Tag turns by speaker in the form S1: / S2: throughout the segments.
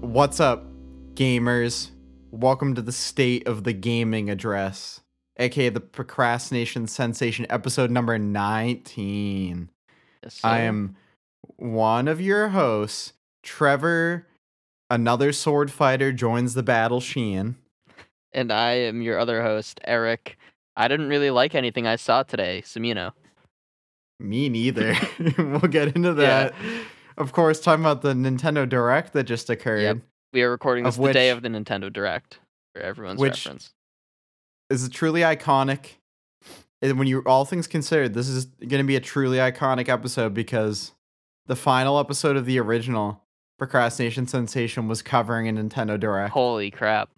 S1: What's up, gamers? Welcome to the State of the Gaming Address, aka the Procrastination Sensation, episode number 19.
S2: Yes,
S1: I
S2: sir.
S1: am one of your hosts, Trevor. Another sword fighter joins the battle, Sheehan.
S2: and I am your other host, Eric. I didn't really like anything I saw today, Samino.
S1: Me neither. we'll get into that. Of course, talking about the Nintendo Direct that just occurred.
S2: We are recording this
S1: Of
S2: the day
S1: which-
S2: of the Nintendo Direct for everyone's
S1: which-
S2: reference.
S1: is truly iconic. And when you all things considered, this is going to be a truly iconic episode because the final episode of the original Procrastination Sensation was covering a Nintendo Direct.
S2: Holy crap!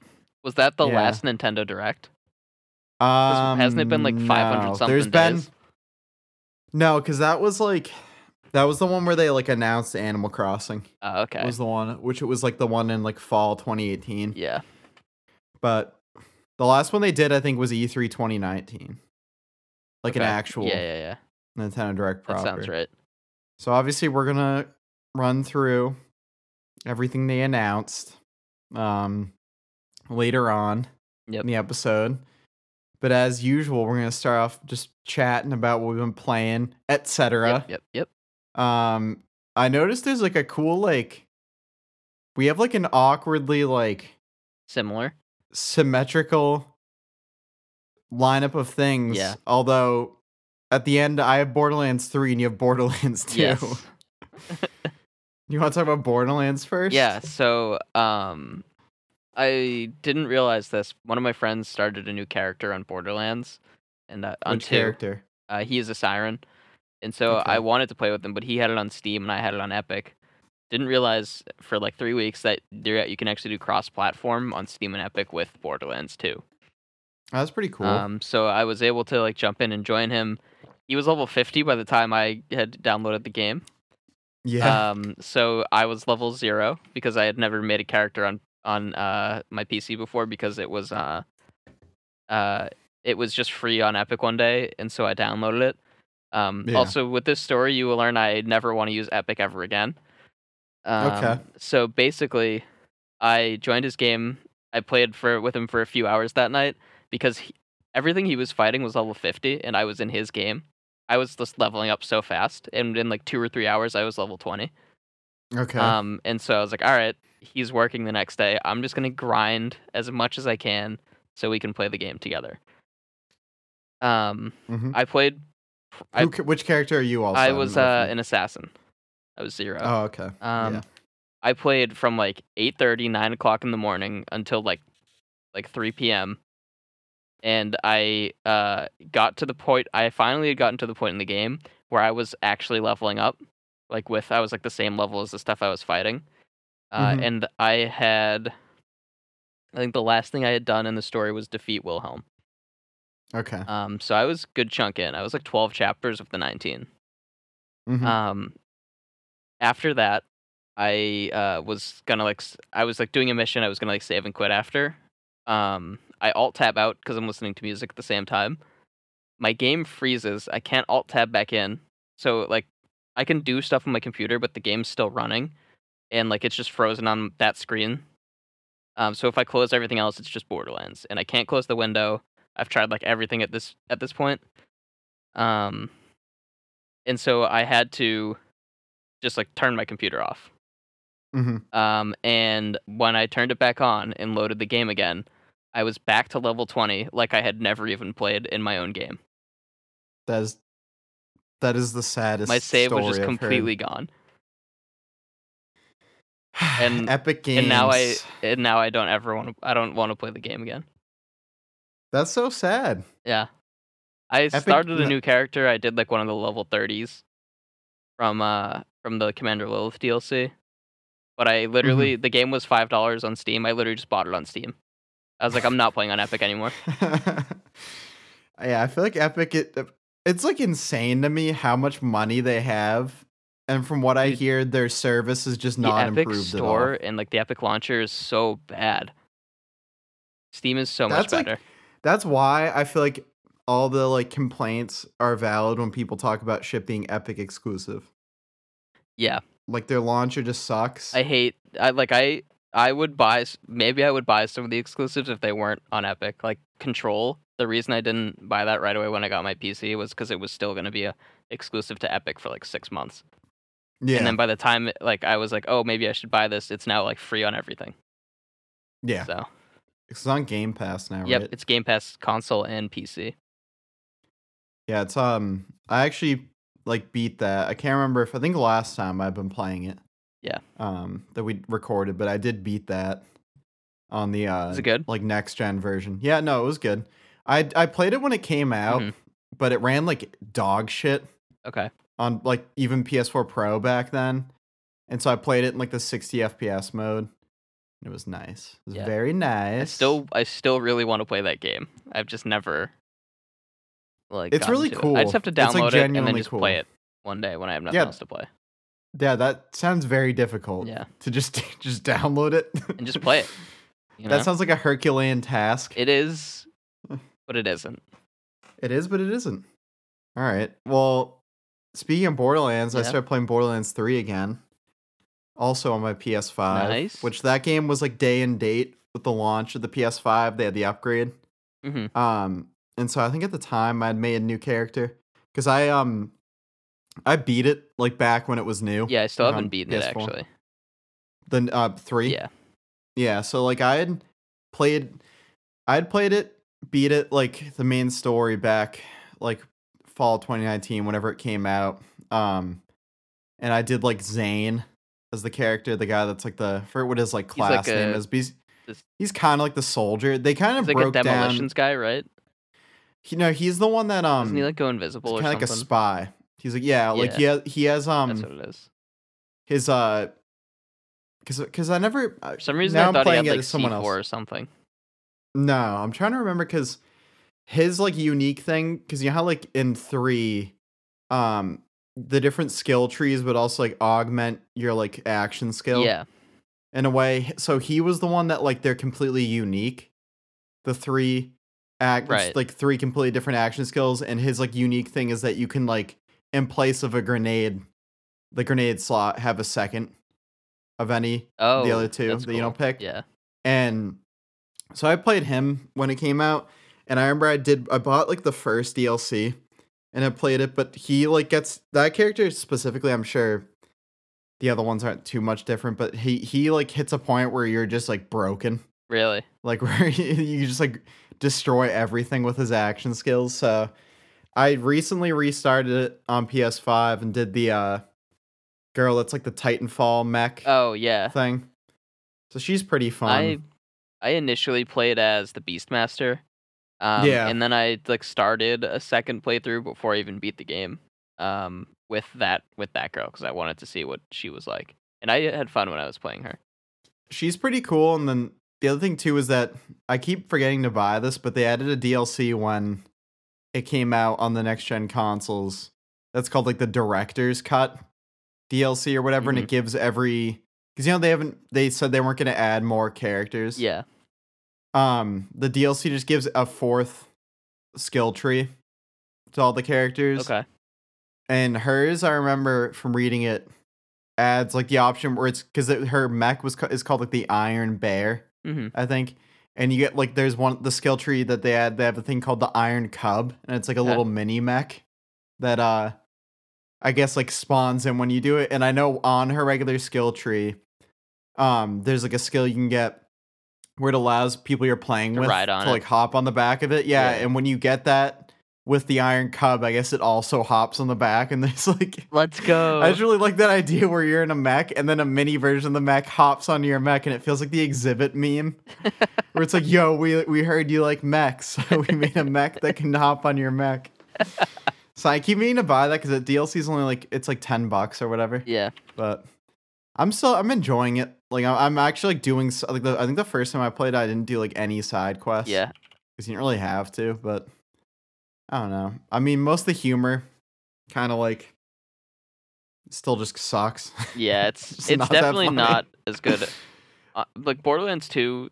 S2: Was that the
S1: Yeah.
S2: last Nintendo Direct? 'Cause
S1: Um,
S2: hasn't it been like 500
S1: no.
S2: something
S1: There's been
S2: days?
S1: no, because that was like that was the one where they like announced Animal Crossing
S2: Oh, okay.
S1: was the one, which it was like the one in like fall 2018.
S2: Yeah.
S1: But the last one they did, I think, was E E3 2019, like an
S2: okay.
S1: actual
S2: Yeah, yeah, yeah.
S1: Nintendo Direct
S2: That
S1: proper.
S2: sounds right.
S1: So obviously we're gonna run through everything they announced um later on
S2: Yep.
S1: in the episode. But as usual, we're gonna start off just chatting about what we've been playing, etc.
S2: Yep, yep, yep.
S1: Um I noticed there's like a cool like we have like an awkwardly like
S2: Similar.
S1: symmetrical lineup of things.
S2: Yeah.
S1: Although at the end I have Borderlands 3 and you have Borderlands 2.
S2: Yes.
S1: You want to talk about Borderlands first?
S2: Yeah, so um I didn't realize this. One of my friends started a new character on Borderlands and uh, on
S1: Which
S2: two.
S1: character?
S2: Uh, he is a siren, and so I
S1: Okay.
S2: wanted to play with him, but he had it on Steam and I had it on Epic. Didn't realize for like three weeks that there you can actually do cross-platform on Steam and Epic with Borderlands 2.
S1: That was Oh, pretty cool.
S2: Um, so I was able to like jump in and join him. He was level 50 by the time I had downloaded the game.
S1: yeah.
S2: Um, so I was level zero because I had never made a character on on uh, my PC before because it was uh, uh, it was just free on Epic one day, and so I downloaded it. Um,
S1: Yeah.
S2: Also, with this story, you will learn I never want to use Epic ever again. Um,
S1: Okay.
S2: So basically, I joined his game. I played for with him for a few hours that night because he, everything he was fighting was level 50, and I was in his game. I was just leveling up so fast, and in like two or three hours, I was level 20.
S1: okay.
S2: Um, and so I was like, all right, he's working the next day. I'm just gonna grind as much as I can so we can play the game together. Um,
S1: hmm
S2: I played. I,
S1: Who, ca- which character are you also?
S2: I
S1: in
S2: was
S1: the
S2: uh,
S1: movie?
S2: an assassin. I was zero.
S1: Oh, okay.
S2: Um,
S1: yeah.
S2: I played from like 8:30, 9 o'clock in the morning until like like 3 p.m. And I uh, got to the point. I finally had gotten to the point in the game where I was actually leveling up, like with I was like the same level as the stuff I was fighting, uh,
S1: Mhm.
S2: and I had. I think the last thing I had done in the story was defeat Wilhelm.
S1: Okay.
S2: Um, so I was good chunk in. I was like 12 chapters of the 19.
S1: Mhm.
S2: Um, after that, I uh, was gonna like s- I was like doing a mission. I was gonna like save and quit after. Um, I alt tab out because I'm listening to music at the same time. My game freezes. I can't alt tab back in. So like, I can do stuff on my computer, but the game's still running, and like it's just frozen on that screen. Um, so if I close everything else, it's just Borderlands, and I can't close the window. I've tried like everything at this at this point. Um, and so I had to just like turn my computer off.
S1: Mhm.
S2: Um, and when I turned it back on and loaded the game again, I was back to level 20, like I had never even played in my own game.
S1: That is that is the saddest.
S2: my save was
S1: story
S2: just
S1: I've heard.
S2: completely gone, and-
S1: Epic Games.
S2: and now I and now I don't ever want to. I don't want to play the game again.
S1: That's so sad.
S2: Yeah, I
S1: Epic-
S2: started a
S1: no-
S2: new character. I did like one of the level 30s from uh from the Commander Lilith DLC, but
S1: Mm-hmm.
S2: I literally the game was five dollars on Steam. I literally just bought it on Steam. I was like, I'm not playing on Epic anymore.
S1: yeah, I feel like Epic. It, uh, it's like insane to me how much money they have, and from what I
S2: Dude,
S1: hear, their service is just not
S2: the Epic
S1: improved
S2: store
S1: at all.
S2: and like the Epic launcher is so bad. Steam is so
S1: That's,
S2: much
S1: like,
S2: better.
S1: That's why I feel like all the like complaints are valid when people talk about shit being Epic exclusive.
S2: yeah,
S1: Like their launcher just sucks.
S2: I hate. I like. I I would buy s- maybe I would buy some of the exclusives if they weren't on Epic. Like Control. The reason I didn't buy that right away when I got my PC was because it was still going to be a exclusive to Epic for like six months.
S1: Yeah.
S2: And then by the time it- like I was like, oh, maybe I should buy this. It's now like free on everything.
S1: yeah.
S2: So
S1: It's on Game Pass now,
S2: yep,
S1: right?
S2: it's Game Pass console and PC.
S1: Yeah, it's um I actually like beat that. I can't remember if I think last time I've been playing it.
S2: Yeah.
S1: Um that we recorded, but I did beat that on the uh
S2: Is it good?
S1: like next gen version. Yeah, no, it was good. I I played it when it came out,
S2: Mhm.
S1: but it ran like dog shit
S2: Okay.
S1: on like even PS4 Pro back then. And so I played it in like the 60 FPS mode. It was nice. It was
S2: Yeah.
S1: very nice.
S2: I still I still really want to play that game. I've just never like
S1: It's
S2: gotten
S1: really
S2: to it.
S1: cool.
S2: I just have to
S1: It's, like,
S2: download it and then
S1: genuinely
S2: just play
S1: cool.
S2: it one day when I have nothing
S1: Yeah.
S2: else to play.
S1: Yeah, that sounds very difficult.
S2: Yeah.
S1: To just just download it
S2: And just play it, You know?
S1: That sounds like a Herculean task.
S2: it is
S1: Hmm.
S2: but it isn't.
S1: it is, but it isn't. All right. Well, speaking of Borderlands, I
S2: Yeah.
S1: started playing Borderlands 3 again. Also on my PS5.
S2: Nice.
S1: Which that game was like day and date with the launch of the PS5. They had the upgrade.
S2: Mhm.
S1: Um, and so I think at the time I'd made a new character. Because I um I beat it like back when it was new.
S2: Yeah, I still
S1: Like,
S2: haven't
S1: Oh, on
S2: beaten it
S1: PS4.
S2: actually.
S1: The uh three.
S2: Yeah.
S1: Yeah, so like I had played I had played it, beat it like the main story back like fall 2019 whenever it came out. Um and I did like Zane as the character, the guy that's like the for what his like
S2: like,
S1: class name
S2: a-
S1: is. but He's,
S2: this-
S1: he's kind of like the soldier. They kind of
S2: He's like a
S1: broke
S2: demolitions
S1: down.
S2: guy, right?
S1: You know, he's the one that um
S2: Doesn't he like go invisible
S1: kind
S2: or
S1: of
S2: something?
S1: like a spy. He's like yeah, like
S2: Yeah.
S1: he has, he has um
S2: That's what it is.
S1: his uh because because I never I-
S2: For some reason,
S1: now
S2: I
S1: I'm
S2: thought he
S1: playing
S2: had
S1: it
S2: like
S1: as someone
S2: C4
S1: else.
S2: or something.
S1: No, I'm trying to remember because his like unique thing, because you know how like in three, um, the different skill trees would also like augment your like action skill
S2: Yeah,
S1: in a way. So he was the one that like they're completely unique. The three act it's,
S2: Right.
S1: like three completely different action skills, and his like unique thing is that you can like in place of a grenade, the grenade slot have a second of any
S2: Oh,
S1: the other two
S2: that's
S1: that you don't
S2: cool.
S1: pick.
S2: Yeah,
S1: And so I played him when it came out, and I remember I did I bought like the first DLC and I played it, but he like gets that character specifically, I'm sure the other ones aren't too much different, but he he like hits a point where you're just like broken.
S2: really.
S1: Like where you just like destroy everything with his action skills. So I recently restarted it on PS5 and did the uh girl that's like the Titanfall mech
S2: Oh yeah,
S1: thing. So she's pretty fun.
S2: I I initially played as the Beastmaster. Um,
S1: Yeah.
S2: And then I like started a second playthrough before I even beat the game. Um, with that with that girl because I wanted to see what she was like, and I had fun when I was playing her.
S1: she's pretty cool. And then the other thing too is that I keep forgetting to buy this, but they added a DLC when it came out on the next gen consoles. That's called like the director's cut DLC or whatever, and
S2: Mm-hmm.
S1: it gives every because you know they haven't they said they weren't going to add more characters.
S2: Yeah.
S1: Um, the DLC just gives a fourth skill tree to all the characters.
S2: Okay.
S1: And hers, I remember from reading it, adds like the option where it's because it, her mech was ca- is called like the Iron Bear,
S2: hmm
S1: I think. And you get like there's one the skill tree that they add. They have a thing called the Iron Cub, and it's like a
S2: Okay.
S1: little mini mech that uh, I guess like spawns in when you do it. And I know on her regular skill tree, um, there's like a skill you can get where it allows people you're playing
S2: To
S1: with
S2: ride on
S1: to
S2: it.
S1: like hop on the back of it. Yeah,
S2: Yeah.
S1: and when you get that with the Iron Cub, I guess it also hops on the back, and there's like.
S2: Let's go.
S1: I just really like that idea where you're in a mech and then a mini version of the mech hops onto your mech and it feels like the exhibit meme where it's like, yo, we we heard you like mechs, so we made a mech that can hop on your mech. so I keep meaning to buy that because the DLC is only like it's like ten bucks or whatever.
S2: yeah.
S1: But I'm still I'm enjoying it. Like I- I'm actually like doing s- like the, I think the first time I played, I didn't do like any side quests.
S2: Yeah.
S1: because you didn't really have to. But I don't know. I mean, most of the humor kind of like still just sucks.
S2: Yeah. It's
S1: It's
S2: it's
S1: not that
S2: definitely
S1: funny.
S2: not as good. Uh, like Borderlands Two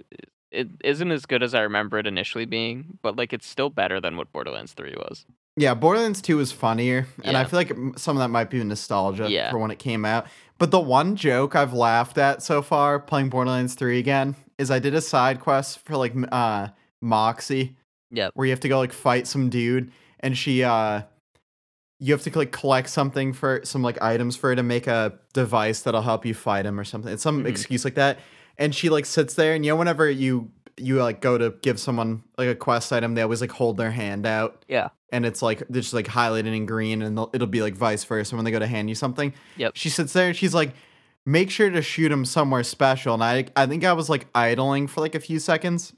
S2: it isn't as good as I remember it initially being, but like it's still better than what Borderlands 3 was.
S1: Yeah, Borderlands 2 was funnier, and I
S2: Yeah.
S1: feel like m- some of that might be nostalgia
S2: Yeah.
S1: for when it came out. But the one joke I've laughed at so far playing Borderlands 3 again is I did a side quest for like m- uh Moxie
S2: Yep.
S1: where you have to go like fight some dude and she uh you have to like collect something for some like items for her to make a device that'll help you fight him or something. It's some
S2: Mhm.
S1: excuse like that. And she like sits there and you know whenever you you like go to give someone like a quest item, they always like hold their hand out.
S2: Yeah.
S1: And it's like they're just like highlighted in green and they'll- it'll be like vice versa when they go to hand you something.
S2: Yep.
S1: She sits there and she's like, make sure to shoot him somewhere special. And I I think I was like idling for like a few seconds.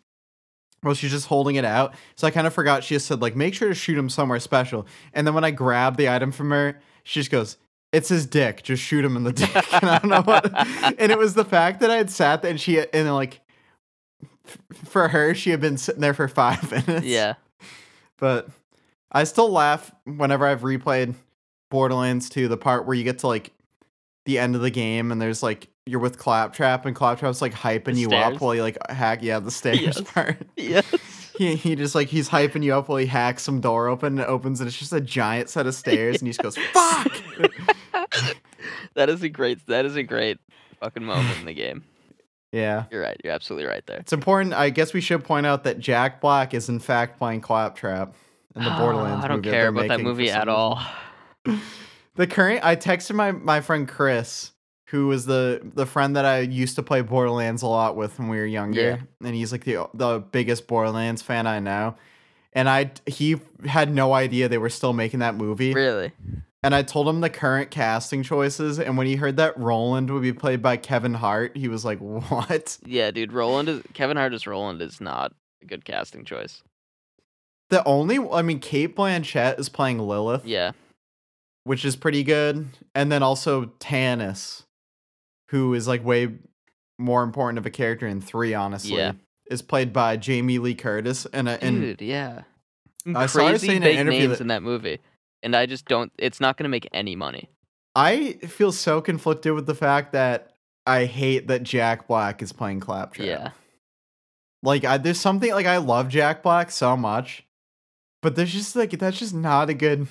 S1: Well, she's just holding it out. So I kind of forgot she just said, like, make sure to shoot him somewhere special. And then when I grabbed the item from her, she just goes, It's his dick. Just shoot him in the dick. and I don't know what and it was the fact that I had sat there and she and like f- for her, she had been sitting there for five minutes.
S2: Yeah.
S1: But I still laugh whenever I've replayed Borderlands 2, the part where you get to like the end of the game and there's like you're with Claptrap and Claptrap's like hyping
S2: The
S1: you
S2: stairs.
S1: up while you like hack yeah, the stairs
S2: Yes.
S1: part.
S2: Yes.
S1: He, he just like he's hyping you up while he hacks some door open and it opens and it's just a giant set of stairs and he just goes fuck
S2: that is a great that is a great fucking moment in the game.
S1: yeah
S2: You're right. You're absolutely right there.
S1: it's important i guess we should point out that jack black is in fact playing claptrap in the borderlands
S2: Ah, I don't
S1: movie
S2: care
S1: they're
S2: about that
S1: making for
S2: movie
S1: some
S2: at
S1: reason.
S2: all.
S1: the current i texted my my friend chris who was the the friend that i used to play borderlands a lot with when we were younger and he's like the the biggest borderlands fan i know and i he had no idea they were still making that movie
S2: Really?
S1: And I told him the current casting choices, and when he heard that Roland would be played by Kevin Hart, he was like, "What?"
S2: Yeah, dude. Roland is Kevin Hart as Roland is not a good casting choice.
S1: The only, I mean, Kate Blanchett is playing Lilith,
S2: Yeah.
S1: which is pretty good, and then also Tannis, who is like way more important of a character in three, honestly,
S2: Yeah.
S1: is played by Jamie Lee Curtis, and uh, and
S2: Dude, yeah. Some
S1: I saw her
S2: crazy
S1: saying in an
S2: big
S1: interview
S2: names
S1: that-
S2: in that movie. And I just don't it's not gonna make any money.
S1: I feel so conflicted with the fact that I hate that Jack Black is playing Claptrap.
S2: Yeah.
S1: Like, I, there's something like I love Jack Black so much, but there's just like that's just not a good.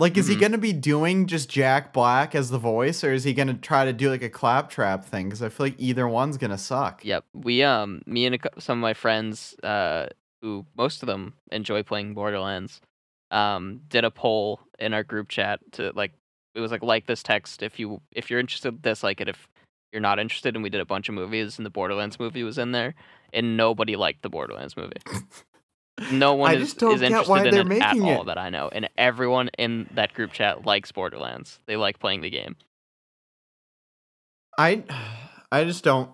S1: Like, is
S2: Mhm.
S1: he gonna be doing just Jack Black as the voice, or is he gonna try to do like a claptrap thing? Because I feel like either one's gonna suck.
S2: Yep. We um me and a, cou- some of my friends uh who most of them enjoy playing Borderlands um did a poll in our group chat to like it was like like this text if you if you're interested dislike it if you're not interested and we did a bunch of movies and the Borderlands movie was in there and nobody liked the Borderlands movie. No one
S1: I
S2: is,
S1: just don't
S2: is
S1: get
S2: interested
S1: why
S2: in
S1: they're
S2: it at
S1: making
S2: all
S1: it.
S2: that I know, and everyone in that group chat likes Borderlands. They like playing the game.
S1: I, I just don't,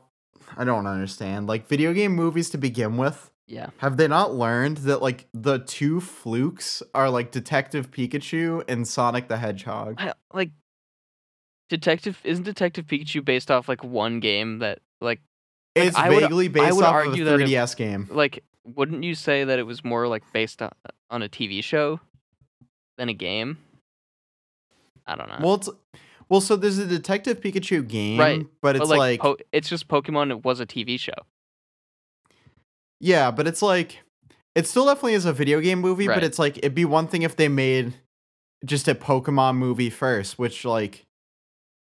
S1: I don't understand. Like video game movies to begin with,
S2: Yeah,
S1: Have they not learned that like the two flukes are like Detective Pikachu and Sonic the Hedgehog?
S2: I, like Detective isn't Detective Pikachu based off like one game that like
S1: It's
S2: I would-
S1: vaguely based
S2: would
S1: off of a
S2: argue that if-
S1: 3DS game.
S2: like wouldn't you say that it was more like based on, on a TV show than a game? I don't know.
S1: Well, it's well, so there's a Detective Pikachu game,
S2: Uh, Right,
S1: But
S2: But,
S1: it's
S2: like,
S1: like,
S2: po- it's just Pokemon. It was a TV show.
S1: yeah, but it's like it still definitely is a video game movie,
S2: Right.
S1: but it's like it'd be one thing if they made just a Pokemon movie first, which like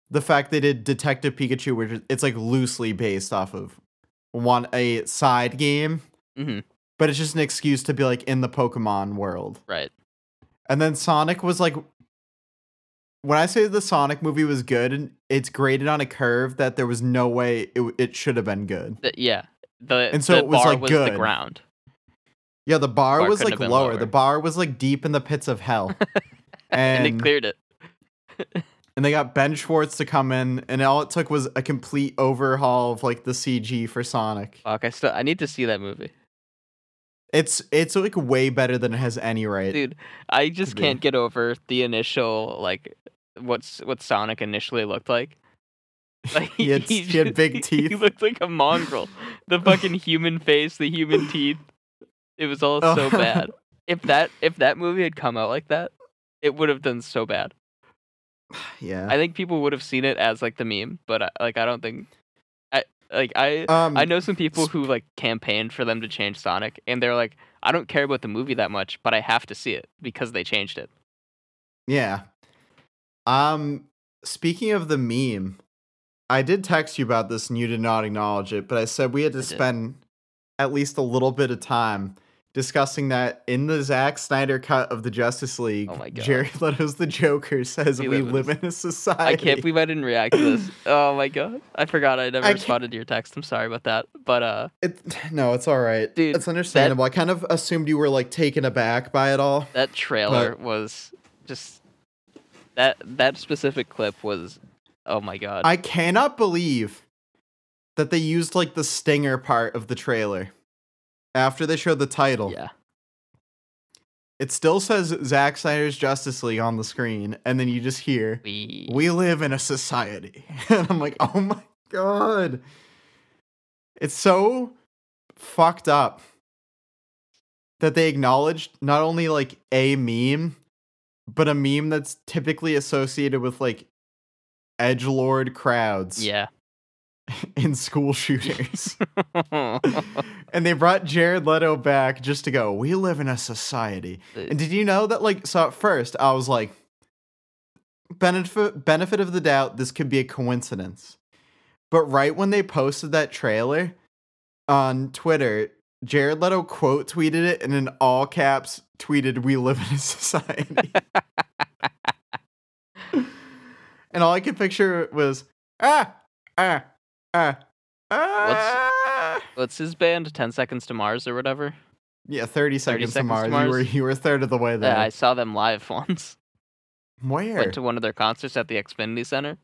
S1: the fact they did Detective Pikachu, which it's like loosely based off of one a side game
S2: hmm
S1: but it's just an excuse to be like in the Pokemon world.
S2: Right.
S1: And then Sonic was like, when I say the Sonic movie was good, it's graded on a curve that there was no way it, w- it should have been good.
S2: Th- yeah. The
S1: And so
S2: the
S1: it was,
S2: bar
S1: like,
S2: was the
S1: good.
S2: ground.
S1: Yeah, the bar,
S2: Bar
S1: was
S2: couldn't
S1: like
S2: have been
S1: lower.
S2: lower.
S1: The bar was like deep in the pits of hell.
S2: And,
S1: and
S2: it cleared it.
S1: and they got Ben Schwartz to come in, and all it took was a complete overhaul of like the CG for Sonic.
S2: Fuck, I still I need to see that movie.
S1: It's it's like way better than it has any right.
S2: Dude, I just
S1: could be.
S2: can't get over the initial like what's what Sonic initially looked like. Like
S1: He had- he had big
S2: He
S1: teeth.
S2: looked like a mongrel. The fucking human face, the human teeth. It was all
S1: Oh.
S2: so bad. If that if that movie had come out like that, it would have done so bad.
S1: Yeah.
S2: uh, I think people would have seen it as like the meme, but I, like I don't think I Like I
S1: Um,
S2: I know some people who like campaigned for them to change Sonic, and they're like, I don't care about the movie that much, but I have to see it because they changed it.
S1: Yeah. Um speaking of the meme, I did text you about this and you did not acknowledge it, but I said we had to
S2: I did.
S1: spend at least a little bit of time discussing that in the Zack Snyder cut of the Justice League.
S2: Oh my God.
S1: Jared Leto's the Joker says we, live, in a society.
S2: I can't believe I didn't react to this. Oh my god, I forgot I never
S1: I can't-
S2: responded to your text. I'm sorry about that, but uh,
S1: it, no, it's all right.
S2: Dude,
S1: it's understandable. I kind of assumed you were like taken aback by it all.
S2: that trailer was just that that specific clip was. Oh my god,
S1: I cannot believe that they used like the stinger part of the trailer after they showed the title.
S2: yeah,
S1: It still says Zack Snyder's Justice League on the screen, and then you just hear,
S2: we
S1: We live in a society. And I'm like, Oh my God. It's so fucked up that they acknowledged not only like a meme, but a meme that's typically associated with like edge lord crowds
S2: yeah.
S1: in school shooters. and they brought Jared Leto back just to go, we live in a society. And did you know that, like, so at first I was like, benefit, benefit of the doubt, this could be a coincidence. But right when they posted that trailer on Twitter, Jared Leto quote tweeted it and in all caps tweeted, We live in a society. and all I could picture was, Ah, ah, ah, ah.
S2: What's his band? Ten Seconds to Mars or whatever.
S1: Yeah, 30 seconds,
S2: Seconds to
S1: to Mars.
S2: Mars.
S1: You were you were a third of the way there.
S2: Yeah, I saw them live once.
S1: Where?
S2: Went to one of their concerts at the Xfinity Center.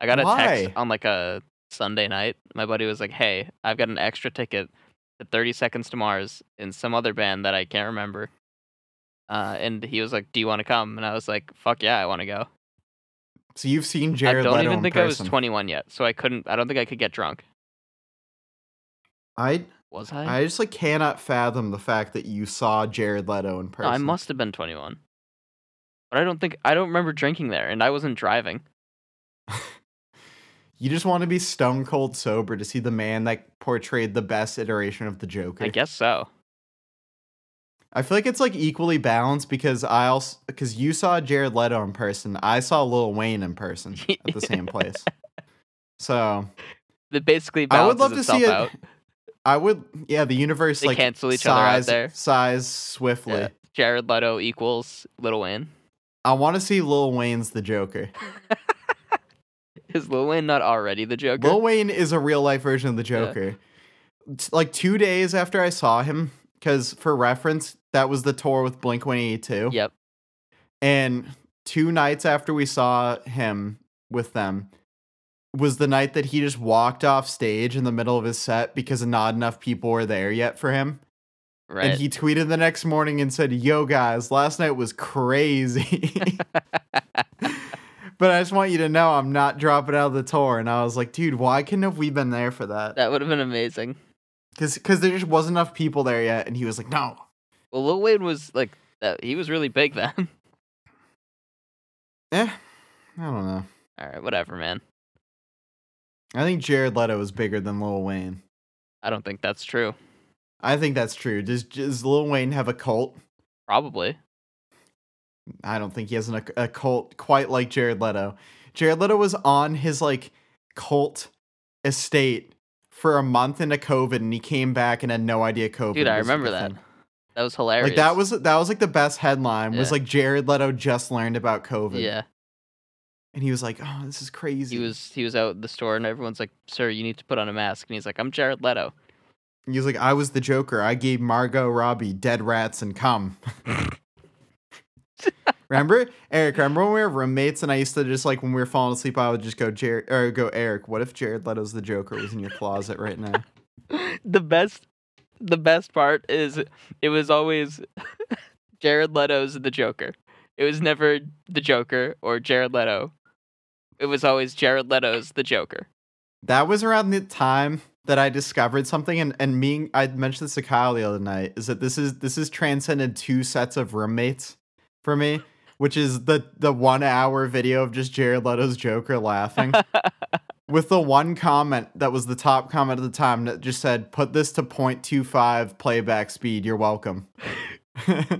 S2: I got a
S1: Why?
S2: text on like a Sunday night. My buddy was like, "Hey, I've got an extra ticket to 30 Seconds to Mars and some other band that I can't remember." Uh, and he was like, "Do you want to come?" And I was like, "Fuck yeah, I want to go."
S1: so you've seen Jared
S2: I don't
S1: Leto
S2: even
S1: in
S2: think I was
S1: person.
S2: 21 yet, so I couldn't. I don't think I could get drunk.
S1: I
S2: Was I?
S1: I just like cannot fathom the fact that you saw Jared Leto in
S2: no,
S1: person.
S2: I must have been 21. But I don't think I don't remember drinking there, and I wasn't driving.
S1: You just want to be stone cold sober to see the man that portrayed the best iteration of the Joker.
S2: I guess so.
S1: I feel like it's like equally balanced because I also because you saw Jared Leto in person, I saw Lil Wayne in person at the same place. So
S2: That basically
S1: I would
S2: balances
S1: love to
S2: itself
S1: see it.
S2: out.
S1: I would, yeah. The universe
S2: They
S1: like
S2: cancel each
S1: size,
S2: other out there.
S1: size swiftly.
S2: Yeah. Jared Leto equals Lil Wayne.
S1: I want to see Lil Wayne's the Joker.
S2: Is Lil Wayne not already the Joker?
S1: Lil Wayne is a real life version of the
S2: Yeah.
S1: Joker. It's Like two days after I saw him, because for reference, that was the tour with Blink 182.
S2: Yep.
S1: And two nights after we saw him with them was the night that he just walked off stage in the middle of his set because not enough people were there yet for him.
S2: Right.
S1: And he tweeted the next morning and said, Yo, guys, last night was crazy. but I just want you to know I'm not dropping out of the tour. And I was like, Dude, why couldn't have we been there for that?
S2: that would have been amazing.
S1: Because there just wasn't enough people there yet. And he was like, No.
S2: Well, Lil Wayne was like that. He was really big then.
S1: Eh, I don't know.
S2: All right, whatever, man.
S1: I think Jared Leto is bigger than Lil Wayne.
S2: I don't think that's true.
S1: I think that's true. Does, does Lil Wayne have a cult?
S2: Probably.
S1: I don't think he has an, a cult quite like Jared Leto. Jared Leto was on his like cult estate for a month into COVID, and he came back and had no idea COVID.
S2: Dude, I
S1: was a
S2: remember that.
S1: thing.
S2: That was hilarious.
S1: Like that was that was like the best headline was
S2: Yeah.
S1: like Jared Leto just learned about COVID.
S2: Yeah,
S1: and he was like, "Oh, this is crazy."
S2: he was he was out at the store and everyone's like, "Sir, you need to put on a mask." And he's like, "I'm Jared Leto."
S1: He was like, "I was the Joker. I gave Margot Robbie dead rats and cum." remember, Eric? Remember when we were roommates and I used to just like when we were falling asleep, I would just go, "Jared," or go, "Eric, what if Jared Leto's the Joker was in your closet right now?"
S2: the best the best part is it was always Jared Leto's the Joker. It was never the Joker or Jared Leto. It was always Jared Leto's the Joker.
S1: That was around the time that I discovered something, and and me, I mentioned this to Kyle the other night. Is that this is this is transcended two sets of roommates for me, which is the the one hour video of just Jared Leto's Joker laughing, with the one comment that was the top comment at the time that just said, put this to 0.25 playback speed, you're welcome.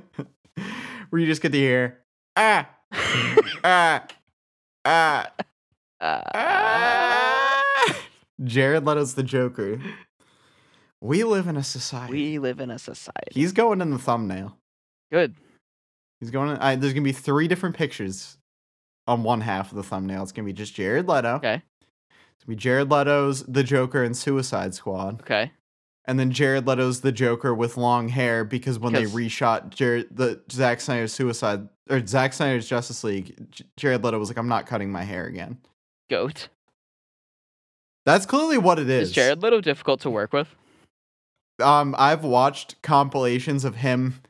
S1: Where you just get to hear, ah, ah, ah,
S2: Uh,
S1: ah. Jared Leto's the Joker. We live in a society.
S2: we live in a society.
S1: He's going in the thumbnail.
S2: Good.
S1: He's going in, I, there's going to be three different pictures on one half of the thumbnail. It's going to be just Jared Leto.
S2: Okay.
S1: It's going to be Jared Leto's The Joker and Suicide Squad.
S2: Okay.
S1: and then Jared Leto's the Joker with long hair because when
S2: Because-
S1: they reshot Jared the Zack Snyder's Suicide or Zack Snyder's Justice League, J- Jared Leto was like, "I'm not cutting my hair again."
S2: Goat.
S1: That's clearly what it is.
S2: Is Jared Leto difficult to work with?
S1: Um, I've watched compilations of him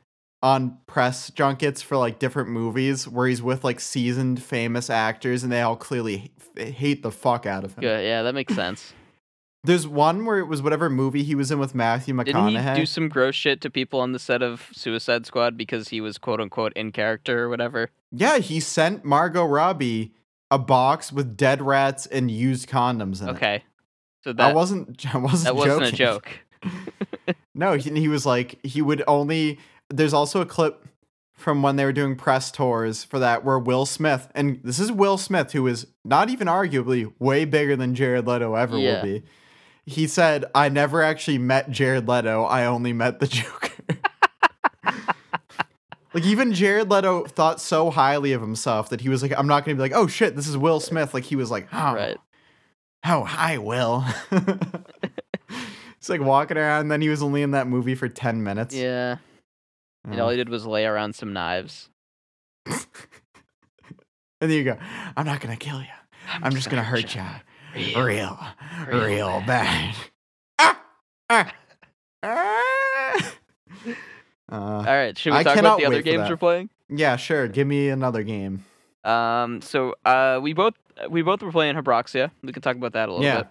S1: on press junkets for like different movies where he's with like seasoned famous actors, and they all clearly h- hate the fuck out of him.
S2: Good. Yeah, that makes sense.
S1: There's one where it was whatever movie he was in with Matthew
S2: Didn't
S1: McConaughey.
S2: he do some gross shit to people on the set of Suicide Squad because he was quote unquote in character or whatever?
S1: Yeah, he sent Margot Robbie a box with dead rats and used condoms in it.
S2: Okay. So
S1: That,
S2: that
S1: wasn't I wasn't
S2: that wasn't
S1: joking.
S2: a joke.
S1: No, he, he was like he would only there's also a clip from when they were doing press tours for that where Will Smith and this is Will Smith who is not even arguably way bigger than Jared Leto ever
S2: Yeah.
S1: will be. He said, "I never actually met Jared Leto. I only met the Joker." like even Jared Leto thought so highly of himself that he was like, "I'm not going to be like, oh shit, this is Will Smith." Like he was like, "Oh,
S2: Right.
S1: how high Oh, Will." It's like walking around, and then he was only in that movie for ten minutes.
S2: Yeah.
S1: Uh,
S2: And all he did was lay around some knives.
S1: and then you go, "I'm not gonna kill you. I'm just gonna hurt you,
S2: you.
S1: real,
S2: Real
S1: real, bad." Ah, ah, ah. Uh,
S2: All right, should we
S1: I
S2: talk
S1: cannot
S2: about the other
S1: wait for
S2: games
S1: that.
S2: we're playing?
S1: yeah, sure. Give me another game.
S2: Um, so uh, we both we both were playing Hebroxia. We can talk about that a little
S1: Yeah,
S2: bit.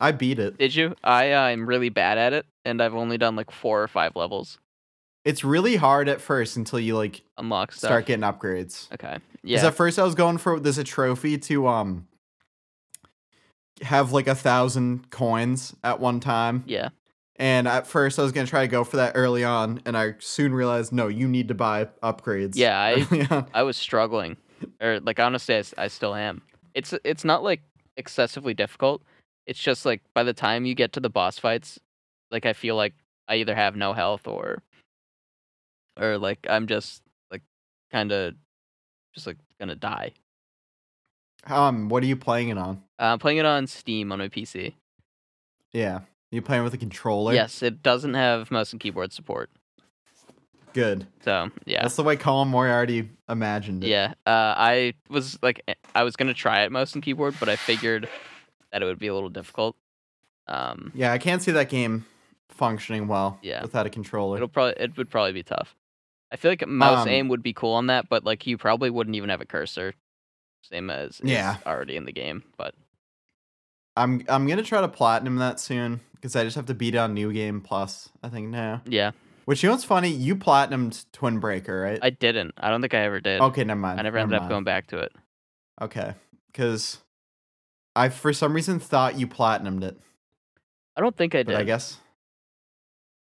S1: I beat it.
S2: Did you? I uh, I'm really bad at it, and I've only done like four or five levels.
S1: It's really hard at first until you like
S2: Unlock stuff.
S1: start getting upgrades.
S2: Okay.
S1: Because
S2: Yeah.
S1: at first I was going for there's a trophy to um have like a thousand coins at one time.
S2: Yeah.
S1: And at first, I was gonna try to go for that early on, and I soon realized, no, you need to buy upgrades.
S2: Yeah, I-
S1: early on.
S2: I was struggling, or like honestly, I, s- I still am. It's it's not like excessively difficult. It's just like by the time you get to the boss fights, like I feel like I either have no health or, or like I'm just like kind of just like gonna die.
S1: um, what are you playing it on?
S2: Uh, I'm playing it on Steam on my PC.
S1: Yeah, you playing with a controller?
S2: Yes, it doesn't have mouse and keyboard support.
S1: Good.
S2: So yeah,
S1: That's the way Colin Moriarty imagined it.
S2: yeah. Uh, I was like, eh, I was gonna try it mouse and keyboard, but I figured that it would be a little difficult. Um,
S1: Yeah, I can't see that game functioning well.
S2: Yeah.
S1: Without a controller.
S2: it'll probably it would probably be tough. I feel like mouse
S1: Um,
S2: aim would be cool on that, but like you probably wouldn't even have a cursor, same as is
S1: Yeah.
S2: already in the game. But
S1: I'm I'm gonna try to platinum that soon because I just have to beat on New Game Plus. I think now.
S2: yeah,
S1: Which you know what's funny? You platinumed Twin Breaker, right?
S2: I didn't. I don't think I ever did.
S1: okay, never mind.
S2: I never
S1: Oh, never
S2: ended up
S1: mind.
S2: going back to it.
S1: Okay, because I for some reason thought you platinumed it.
S2: I don't think I did.
S1: but I guess.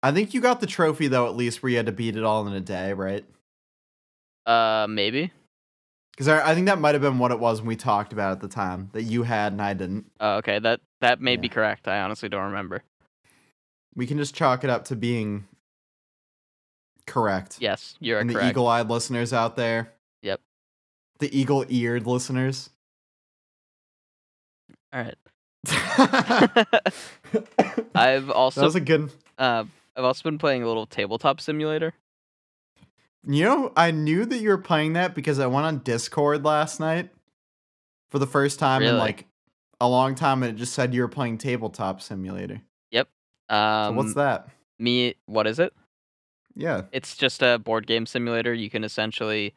S1: I think you got the trophy though, at least where you had to beat it all in a day, right?
S2: Uh, maybe.
S1: Because I, I think that might have been what it was when we talked about it at the time that you had and I didn't.
S2: Oh, okay. That that may be
S1: Yeah.
S2: correct. I honestly don't remember.
S1: We can just chalk it up to being correct.
S2: Yes, you're
S1: and the
S2: correct.
S1: eagle-eyed listeners out there.
S2: Yep.
S1: The eagle-eared listeners.
S2: All right.
S1: that
S2: I've also
S1: was a good.
S2: uh, I've also been playing a little tabletop simulator.
S1: You know, I knew that you were playing that because I went on Discord last night for the first time in
S2: Really?
S1: like a long time, and it just said you were playing Tabletop Simulator. So
S2: Um,
S1: what's that?
S2: Me, what is it?
S1: Yeah.
S2: It's just a board game simulator. You can essentially,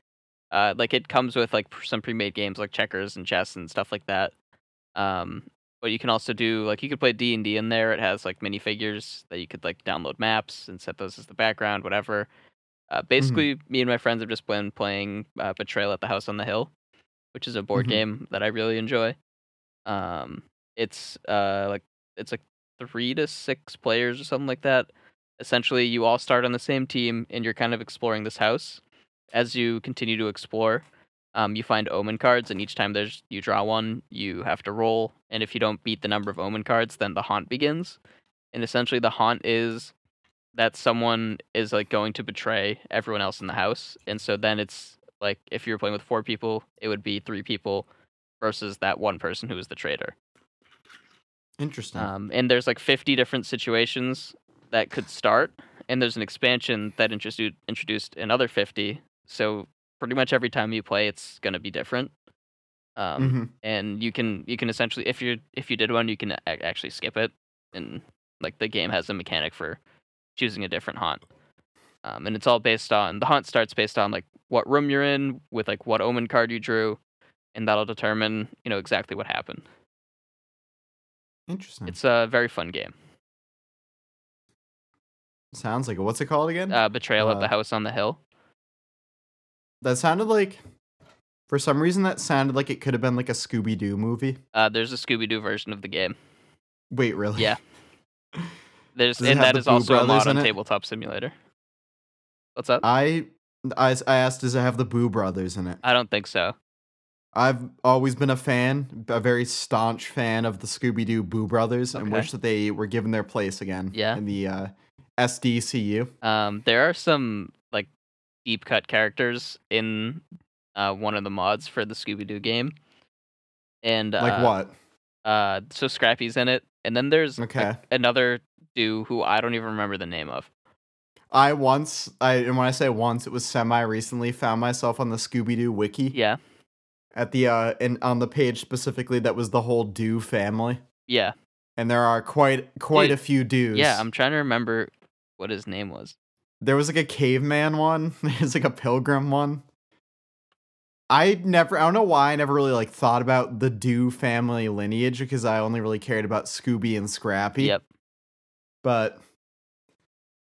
S2: uh, like it comes with like pr- some pre-made games like checkers and chess and stuff like that. Um, but you can also do like you could play D and D in there. It has like minifigures that you could like download maps and set those as the background, whatever. Uh, basically, me and my friends have just been playing uh, Betrayal at the House on the Hill, which is a board
S1: Mhm.
S2: game that I really enjoy. Um, It's uh like it's like three to six players or something like that. Essentially, you all start on the same team and you're kind of exploring this house. As you continue to explore, um, you find omen cards, and each time there's you draw one, you have to roll. And if you don't beat the number of omen cards, then the haunt begins. And essentially, the haunt is that someone is like going to betray everyone else in the house. And so then it's like if you were playing with four people, it would be three people versus that one person who is the traitor.
S1: Interesting.
S2: Um, and there's like 50 different situations that could start, and there's an expansion that introduced introduced another 50. So pretty much every time you play, it's gonna be different. Um,
S1: Mhm.
S2: And you can you can essentially if you if you did one, you can a- actually skip it, and like the game has a mechanic for choosing a different haunt. Um, and it's all based on the haunt starts based on like what room you're in with like what omen card you drew, and that'll determine you know exactly what happened.
S1: Interesting.
S2: It's a very fun game.
S1: Sounds like it. What's it called again?
S2: uh, betrayal at
S1: Uh,
S2: the house on the hill.
S1: that sounded like, for some reason, that sounded like it could have been like a Scooby Doo movie.
S2: Uh, there's a Scooby Doo version of the game.
S1: Wait, really?
S2: Yeah. There's
S1: Does it
S2: and
S1: have
S2: that
S1: the
S2: is
S1: Boo
S2: also a
S1: Brothers
S2: mod on
S1: in it?
S2: tabletop simulator. What's up?
S1: I, I, I asked, does it have the Boo Brothers in it?
S2: I don't think so.
S1: I've always been a fan, a very staunch fan of the Scooby Doo Boo Brothers, and
S2: Okay.
S1: wish that they were given their place again
S2: Yeah.
S1: in the uh, SDCU.
S2: Um, there are some like deep cut characters in uh, one of the mods for the Scooby Doo game, and uh,
S1: like what?
S2: Uh, so Scrappy's in it, and then there's like,
S1: Okay.
S2: another dude who I don't even remember the name of.
S1: I once, I and when I say once, it was semi recently, found myself on the Scooby Doo wiki
S2: Yeah,
S1: at the uh, and on the page specifically that was the whole Doo family,
S2: yeah,
S1: and there are quite quite
S2: Dude,
S1: a few Doos.
S2: yeah. I'm trying to remember what his name was.
S1: There was like a caveman one. There's like a pilgrim one. I never, I don't know why I never really like thought about the Dew family lineage because I only really cared about Scooby and Scrappy.
S2: Yep.
S1: But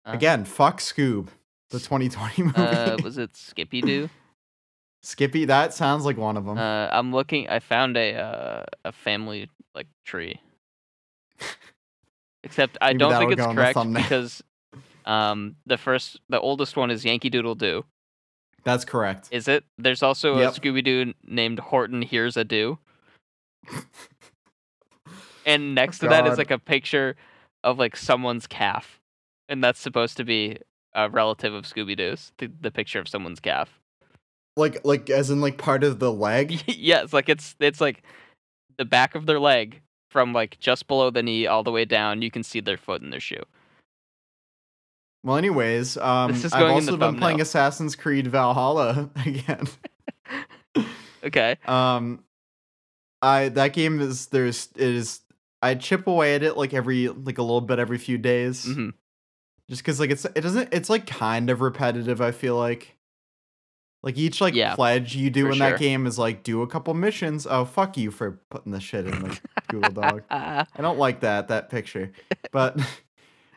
S2: Uh.
S1: again, fuck Scoob, the 2020 movie.
S2: uh, was it Skippy Doo?
S1: Skippy, that sounds like one of them.
S2: Uh, I'm looking. I found a uh, a family like tree. Except I
S1: Maybe
S2: don't
S1: that'll
S2: think it's
S1: go on the
S2: correct
S1: thumbnail.
S2: because um the first the oldest one is Yankee Doodle Doo.
S1: That's correct.
S2: Is it? There's also
S1: Yep.
S2: a Scooby Doo named Horton Hears a Doo. and next to that
S1: God.
S2: is like a picture of like someone's calf, and that's supposed to be a relative of Scooby Doo's. The, the picture of someone's calf.
S1: Like, like as in like part of the leg.
S2: yes, like it's it's like the back of their leg from like just below the knee all the way down. You can see their foot in their shoe.
S1: Well, anyways, um,
S2: This is
S1: I've
S2: going in
S1: also
S2: the
S1: been playing
S2: thumbnail.
S1: Assassin's Creed Valhalla again.
S2: Okay.
S1: Um, I that game is there's it is I chip away at it like every like a little bit every few days,
S2: hmm
S1: just because like it's it doesn't it's like kind of repetitive. I feel like like each like
S2: Yeah,
S1: pledge you do
S2: for
S1: in
S2: sure.
S1: that game is like do a couple missions. Oh fuck you for putting the shit in the Google Dog.
S2: Ah,
S1: I don't like that that picture, but um,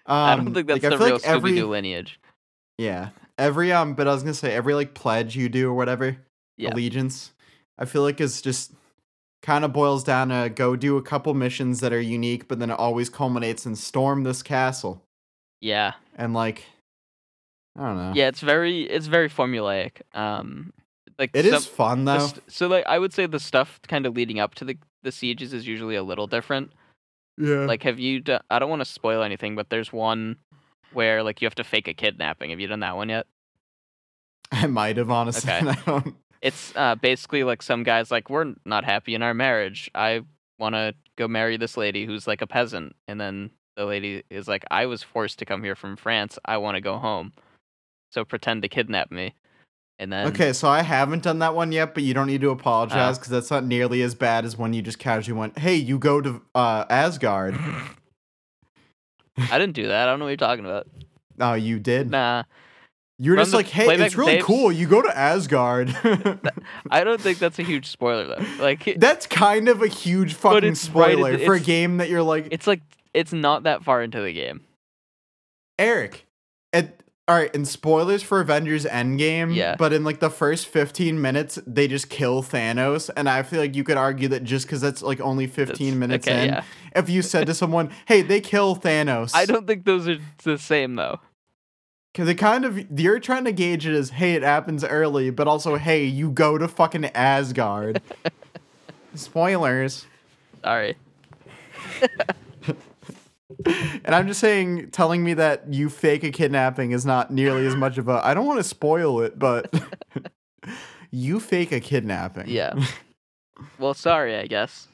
S2: I don't think that's
S1: like, I
S2: the
S1: feel
S2: real
S1: like
S2: Scooby
S1: every-
S2: Doo lineage.
S1: yeah. Every um but I was gonna say every like pledge you do or whatever,
S2: Yeah.
S1: allegiance, I feel like is just kind of boils down to go do a couple missions that are unique, but then it always culminates in storm this castle.
S2: Yeah,
S1: And like I don't know.
S2: yeah. It's very it's very formulaic. Um, like
S1: It is
S2: some-
S1: fun
S2: the
S1: though.
S2: st- so like I would say the stuff kind of leading up to the the sieges is usually a little different.
S1: yeah.
S2: Like, have you? Do- I don't want to spoil anything, but there's one where like you have to fake a kidnapping. Have you done that one yet?
S1: I might have honestly.
S2: Okay.
S1: I don't
S2: it's uh, basically like some guys like we're not happy in our marriage. I want to go marry this lady who's like a peasant, and then the lady is like, I was forced to come here from France. I want to go home, so pretend to kidnap me, and Uh-huh. then
S1: Okay, so I haven't done that one yet, but you don't need to apologize because that's not nearly as bad as when you just casually went, "Hey, you go to uh, Asgard."
S2: I didn't do that. I don't know what you're talking about.
S1: Oh, you did.
S2: Nah,
S1: You were
S2: From
S1: just
S2: the
S1: like, hey,
S2: playback
S1: it's really
S2: tapes-
S1: cool. You go to Asgard.
S2: I don't think that's a huge spoiler though. Like it-
S1: That's kind of a huge fucking
S2: it's right at
S1: spoiler
S2: the-
S1: for a
S2: it's-
S1: game that you're like,
S2: it's like it's not that far into the game.
S1: Eric. At, all right, and spoilers for Avengers Endgame.
S2: Yeah.
S1: But in like the first 15 minutes, they just kill Thanos. And I feel like you could argue that just because that's like only 15
S2: That's-
S1: minutes
S2: okay,
S1: in,
S2: yeah.
S1: if you said to someone, hey, they kill Thanos.
S2: I don't think those are the same though.
S1: Because it kind of, you're trying to gauge it as, hey, it happens early, but also, hey, you go to fucking Asgard. Spoilers.
S2: Sorry.
S1: And I'm just saying, telling me that you fake a kidnapping is not nearly as much of a. I don't want to spoil it, but you fake a kidnapping.
S2: Yeah. Well, sorry, I guess.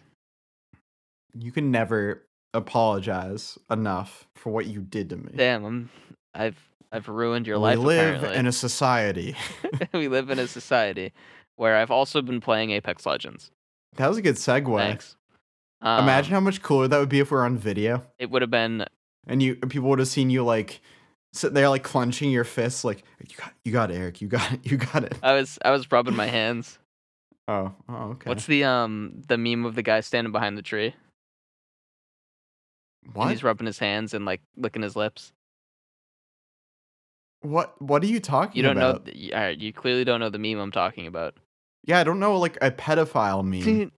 S1: You can never apologize enough for what you did to me.
S2: Damn, I'm, I've I've ruined your
S1: we
S2: life.
S1: live
S2: apparently.
S1: in a society.
S2: we live in a society where I've also been playing Apex Legends.
S1: That was a good segue.
S2: Thanks. Um,
S1: Imagine how much cooler that would be if we were on video
S2: it would have been
S1: and you and people would have seen you like sitting there like clenching your fists, like you got, you got it, Eric, you got it, you got it.
S2: I was I was rubbing my hands.
S1: Oh, oh, okay.
S2: Uh, What's the um the meme of the guy standing behind the tree and
S1: what?
S2: he's rubbing his hands and like licking his lips?
S1: What? What are you talking
S2: You don't
S1: about?
S2: know. th- y- all right, you clearly don't know the meme I'm talking about.
S1: Yeah, I don't know, like a pedophile meme.
S2: Dude,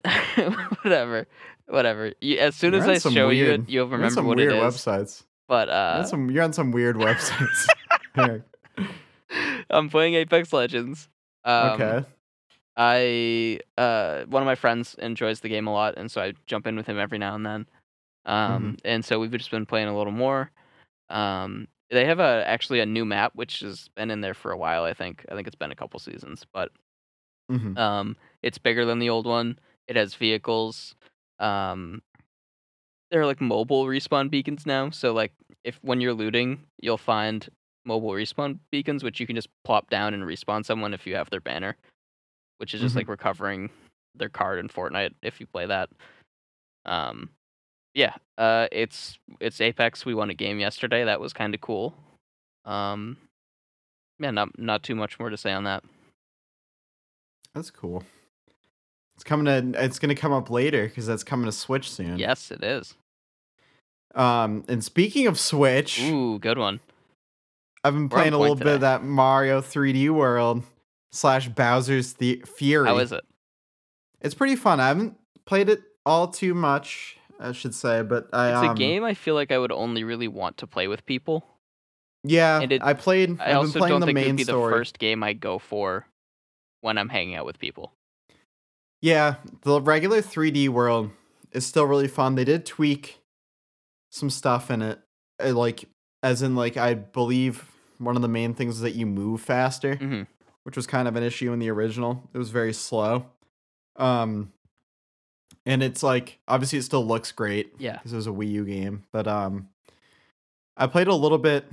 S2: whatever, whatever. You, as soon
S1: You're
S2: as
S1: on
S2: I
S1: some
S2: show you
S1: weird-
S2: it,
S1: You're
S2: you'll
S1: on
S2: remember
S1: some
S2: what it
S1: weird
S2: is.
S1: websites.
S2: But
S1: You're on
S2: uh,
S1: some- you're on some weird websites. Eric.
S2: I'm playing Apex Legends. Um,
S1: okay.
S2: I uh one of my friends enjoys the game a lot, and so I jump in with him every now and then. Um, and so we've just been playing a little more. Um, they have a actually a new map which has been in there for a while. I think I think it's been a couple seasons, but
S1: Mhm.
S2: um, it's bigger than the old one. It has vehicles. Um, there are like mobile respawn beacons now. So like if when you're looting, you'll find mobile respawn beacons, which you can just plop down and respawn someone if you have their banner, which is just
S1: Mhm.
S2: like recovering their card in Fortnite if you play that. Um, yeah. Uh, it's it's Apex. We won a game yesterday. That was kind of cool. Um, yeah, not not too much more to say on that.
S1: That's cool. It's coming to. It's gonna come up later because that's coming to Switch soon.
S2: Yes, it is.
S1: Um. And speaking of Switch,
S2: Ooh, good one.
S1: I've been
S2: on
S1: playing a
S2: point
S1: little bit of
S2: today.
S1: that Mario 3D World slash Bowser's the- Fury.
S2: How is it?
S1: It's pretty fun. I haven't played it all too much, I should say, but I.
S2: It's
S1: um,
S2: a game I feel like I would only really want to play with people.
S1: Yeah,
S2: and it-
S1: I played.
S2: I
S1: have
S2: also
S1: been playing
S2: don't
S1: the
S2: think it
S1: main
S2: would be
S1: story.
S2: the first game I go for when I'm hanging out with people.
S1: Yeah, the regular 3D world is still really fun. They did tweak some stuff in it, uh, like as in like I believe one of the main things is that you move faster,
S2: Mhm.
S1: which was kind of an issue in the original. It was very slow. Um and it's like obviously it still looks great
S2: Yeah.
S1: because it was a Wii U game, but um I played a little bit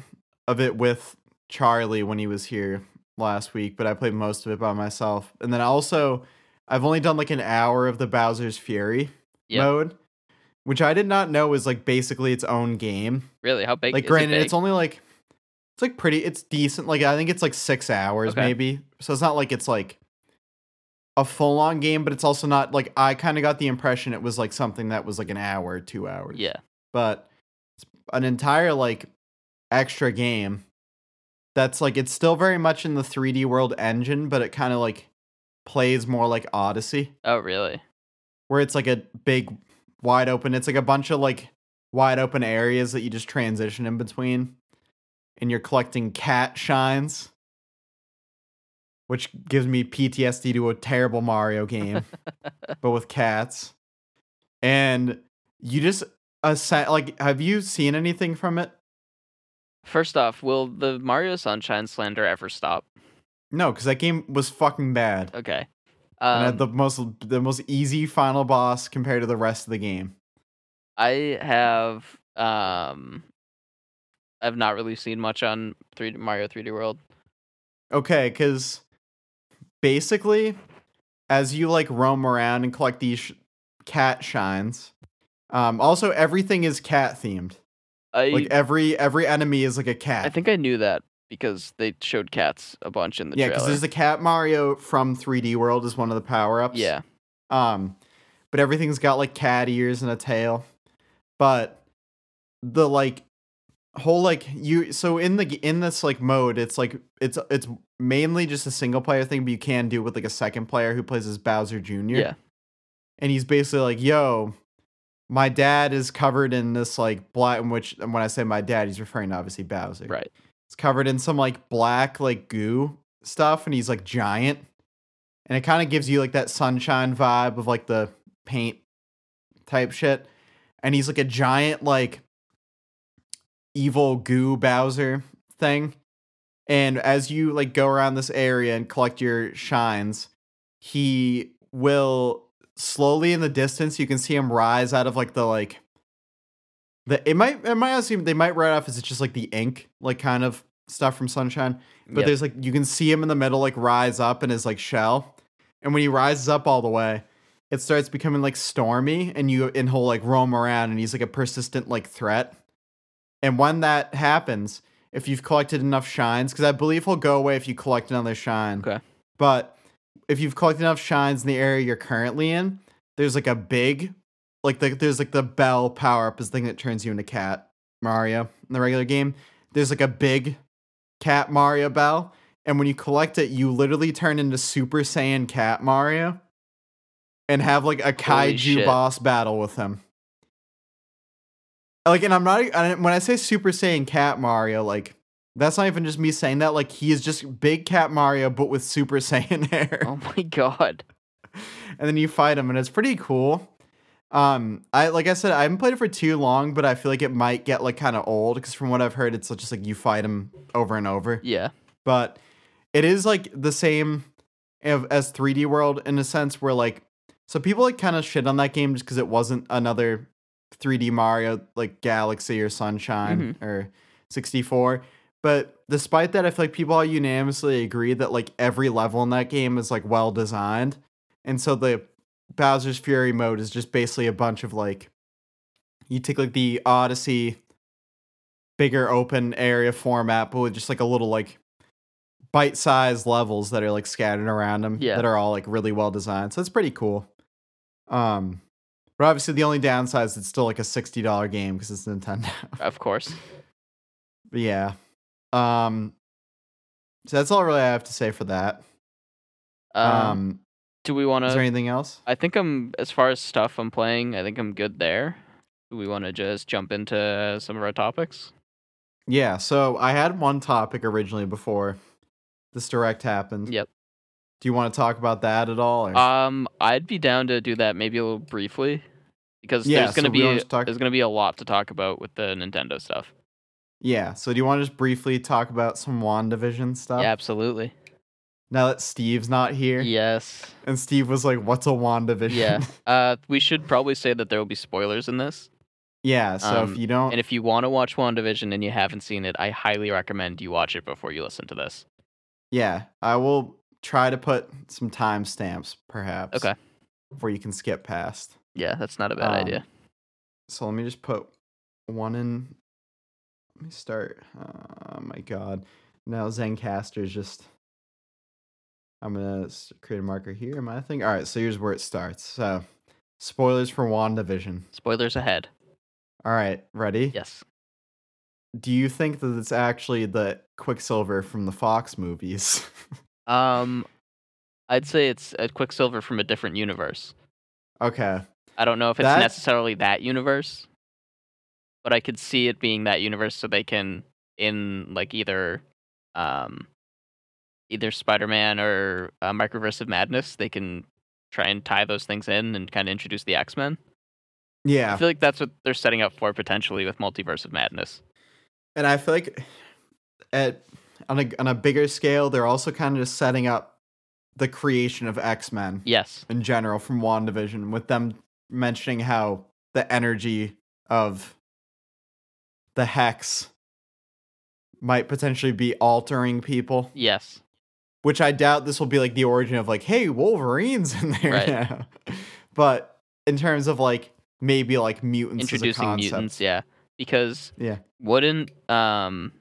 S1: of it with Charlie when he was here last week, but I played most of it by myself. And then also I've only done like an hour of the Bowser's Fury
S2: Yeah.
S1: mode, which I did not know was like basically its own game.
S2: Really? How big?
S1: Like
S2: is
S1: granted,
S2: it
S1: it's only like it's like pretty it's decent. Like I think it's like 6 hours
S2: Okay.
S1: maybe. So it's not like it's like a full on game, but it's also not like I kind of got the impression it was like something that was like an hour, 2 hours
S2: yeah.
S1: but it's an entire like extra game that's like it's still very much in the 3D world engine, but it kind of like plays more like Odyssey,
S2: Oh, really?
S1: where it's like a big wide open. It's like a bunch of like wide open areas that you just transition in between, and you're collecting cat shines, which gives me PTSD to a terrible Mario game, but with cats. And you just assi- like, have you seen anything from it?
S2: First off, will the Mario Sunshine slander ever stop?
S1: No, because that game was fucking bad.
S2: Okay.
S1: and
S2: Um,
S1: had the most the most easy final boss compared to the rest of the game.
S2: I have um, I've not really seen much on three Mario 3D World.
S1: Okay, because basically, as you like roam around and collect these sh- cat shines, um, also everything is cat themed.
S2: I
S1: Like every every enemy is like a cat.
S2: I think I knew that because they showed cats a bunch in the
S1: yeah,
S2: trailer.
S1: because there's the cat Mario from 3D World is one of the power ups.
S2: yeah.
S1: Um, but everything's got like cat ears and a tail. But the like whole like you so in the g- in this like mode it's like it's it's mainly just a single player thing but you can do it with like a second player who plays as bowser jr
S2: Yeah.
S1: and he's basically like yo my dad is covered in this like black in which and when i say my dad he's referring to obviously bowser
S2: Right.
S1: it's covered in some like black like goo stuff and he's like giant and it kind of gives you like that sunshine vibe of like the paint type shit and he's like a giant like evil goo bowser thing and as you like go around this area and collect your shines he will slowly in the distance you can see him rise out of like the like the it might it might assume they might write off as it's just like the ink like kind of stuff from sunshine but
S2: Yep.
S1: there's like you can see him in the middle like rise up in his like shell and when he rises up all the way it starts becoming like stormy and you and he'll like roam around and he's like a persistent like threat and when that happens if you've collected enough shines because i believe he'll go away if you collect another shine
S2: Okay.
S1: but if you've collected enough shines in the area you're currently in there's like a big like the, there's like the bell power up is the thing that turns you into cat mario in the regular game there's like a big cat mario bell and when you collect it you literally turn into super saiyan cat mario and have like a kaiju
S2: shit.
S1: boss battle with him like and i'm not and when i say super saiyan cat mario like that's not even just me saying that like he is just big cat mario but with super saiyan hair
S2: Oh my god.
S1: and then you fight him and it's pretty cool um i like i said i haven't played it for too long but i feel like it might get like kind of old because from what i've heard it's just like you fight him over and over
S2: Yeah.
S1: but it is like the same of- as 3d world in a sense where like so people like kind of shit on that game just because it wasn't another 3d mario like galaxy or sunshine or 64 but despite that i feel like people all unanimously agree that like every level in that game is like well designed and so the bowser's fury mode is just basically a bunch of like you take like the odyssey bigger open area format but with just like a little like bite-sized levels that are like scattered around them
S2: Yeah.
S1: that are all like really well designed so it's pretty cool um but obviously the only downside is it's still like a $60 game because it's nintendo
S2: Of course.
S1: but yeah um so that's all really i have to say for that
S2: Um, uh,
S1: um
S2: do we want
S1: is there
S2: to?
S1: anything else
S2: I think I'm as far as stuff I'm playing. I think I'm good there. Do we want to just jump into some of our topics?
S1: Yeah, so I had one topic originally before this direct happened.
S2: Yep.
S1: Do you want to talk about that at all? Or?
S2: Um, I'd be down to do that maybe a little briefly, because
S1: Yeah,
S2: there's gonna
S1: so we
S2: be
S1: wanna talk-
S2: there's gonna be a lot to talk about with the Nintendo stuff.
S1: yeah, so do you want to just briefly talk about some WandaVision stuff?
S2: Yeah, absolutely.
S1: Now that Steve's not here,
S2: Yes.
S1: and Steve was like, What's a WandaVision?
S2: Yeah. Uh, we should probably say that there will be spoilers in this,
S1: yeah, so
S2: Um,
S1: if you don't.
S2: and if you want to watch WandaVision and you haven't seen it, I highly recommend you watch it before you listen to this.
S1: yeah, I will try to put some timestamps, perhaps.
S2: Okay.
S1: Where you can skip past.
S2: Yeah, that's not a bad
S1: Um,
S2: idea.
S1: So let me just put one in. Let me start. Oh my god. Now Zencaster is just. I'm gonna s- create a marker here. Am I thing? All right. So here's where it starts. So, spoilers for Wandavision.
S2: Spoilers ahead.
S1: All right, ready?
S2: Yes.
S1: Do you think that it's actually the Quicksilver from the Fox movies?
S2: Um, I'd say it's a Quicksilver from a different universe.
S1: okay.
S2: I don't know if it's
S1: That-
S2: necessarily that universe, but I could see it being that universe so they can in like either um either Spider-Man or uh, Microverse of Madness, they can try and tie those things in and kind of introduce the X-Men. I
S1: Yeah.
S2: feel like that's what they're setting up for potentially with Multiverse of Madness.
S1: And I feel like at on a on a bigger scale, they're also kind of just setting up the creation of X Men.
S2: Yes.
S1: in general from WandaVision with them mentioning how the energy of the hex might potentially be altering people,
S2: Yes.
S1: which I doubt this will be like the origin of like, hey, Wolverine's in there
S2: Right.
S1: now. But in terms of like maybe like mutants as a
S2: Introducing
S1: concept.
S2: mutants, yeah. Because
S1: Yeah.
S2: wouldn't um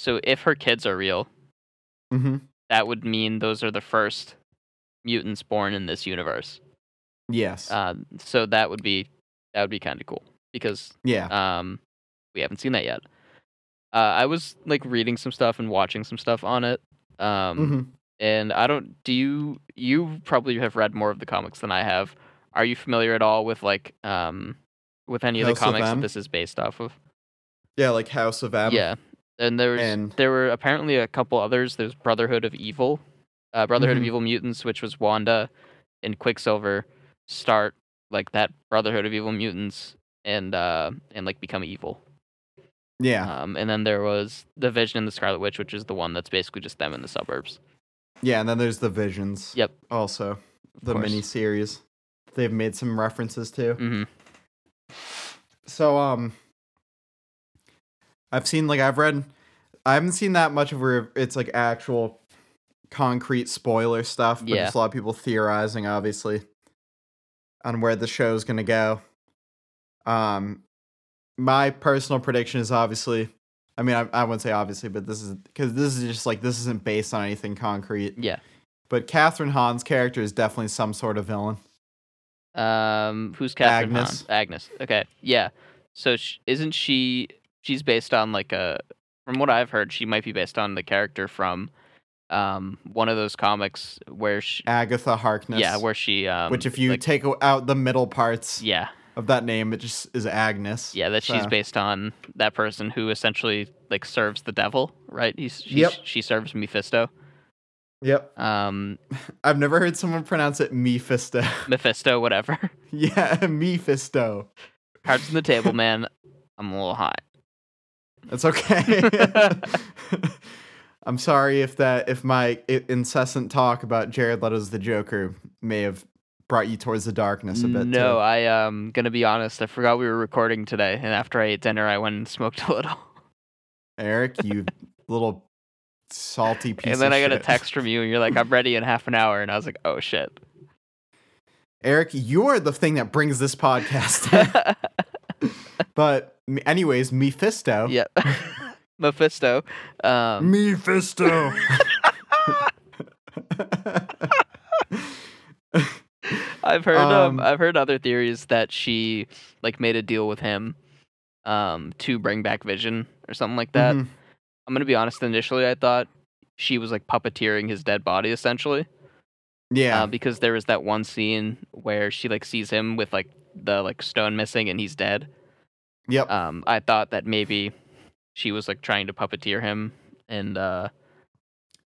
S2: so if her kids are real,
S1: hmm
S2: that would mean those are the first mutants born in this universe.
S1: Yes.
S2: Uh, so that would be that would be kind of cool because
S1: yeah.
S2: um, we haven't seen that yet. Uh, I was like reading some stuff and watching some stuff on it. Um,
S1: hmm
S2: and I don't. Do you? You probably have read more of the comics than I have. Are you familiar at all with like um, with any of the
S1: House of
S2: comics
S1: M?
S2: that this is based off of?
S1: Yeah, like House of M.
S2: Yeah, and there was
S1: And-
S2: there were apparently a couple others. There's Brotherhood of Evil, uh, Brotherhood
S1: Mhm.
S2: of Evil Mutants, which was Wanda and Quicksilver start like that Brotherhood of Evil Mutants and uh and like become evil.
S1: Yeah.
S2: Um, and then there was the Vision and the Scarlet Witch, which is the one that's basically just them in the suburbs.
S1: Yeah, and then there's the Visions.
S2: Yep.
S1: Also, the
S2: course.
S1: mini series. They've made some references to.
S2: hmm
S1: So um I've seen like I've read I haven't seen that much of where it's like actual concrete spoiler stuff, but
S2: Yeah.
S1: just a lot of people theorizing obviously on where the show's going to go. Um my personal prediction is obviously I mean I, I wouldn't say obviously, but this is cuz this is just like this isn't based on anything concrete.
S2: Yeah.
S1: But Catherine Hahn's character is definitely some sort of villain.
S2: Um, who's Catherine? Hahn?
S1: Agnes.
S2: Agnes. Okay. Yeah. So sh- isn't she? She's based on like a. From what I've heard, she might be based on the character from, um, one of those comics where she.
S1: Agatha Harkness.
S2: Yeah, where she. Um,
S1: which if you
S2: like-
S1: take o- out the middle parts
S2: yeah,
S1: of that name. It just is Agnes.
S2: yeah, that she's
S1: So-
S2: based on that person who essentially like serves the devil, right? He's, she's,
S1: Yep.
S2: She serves Mephisto.
S1: Yep.
S2: Um,
S1: I've never heard someone pronounce it Mephisto.
S2: Mephisto, whatever.
S1: yeah, Mephisto.
S2: Cards on the table, man. I'm a little hot.
S1: That's okay. I'm sorry if that if my i- incessant talk about Jared Leto's the Joker may have brought you towards the darkness a bit.
S2: no, I am gonna be honest. I forgot we were recording today, and after I ate dinner, I went and smoked a little.
S1: too. Eric, you little salty piece.
S2: and then
S1: of
S2: I got a
S1: shit.
S2: text from you, and you're like, "I'm ready in half an hour," and I was like, "Oh shit."
S1: Eric, you're the thing that brings this podcast. but m- anyways, Mephisto.
S2: yep. Mephisto. Um,
S1: Mephisto.
S2: I've heard um,
S1: Um,
S2: I've heard other theories that she like made a deal with him um to bring back Vision or something like that.
S1: Mhm.
S2: I'm gonna be honest. Initially, I thought she was like puppeteering his dead body essentially.
S1: Yeah.
S2: uh, because there was that one scene where she like sees him with like the like stone missing and he's dead.
S1: yep.
S2: Um, I thought that maybe she was like trying to puppeteer him, and uh,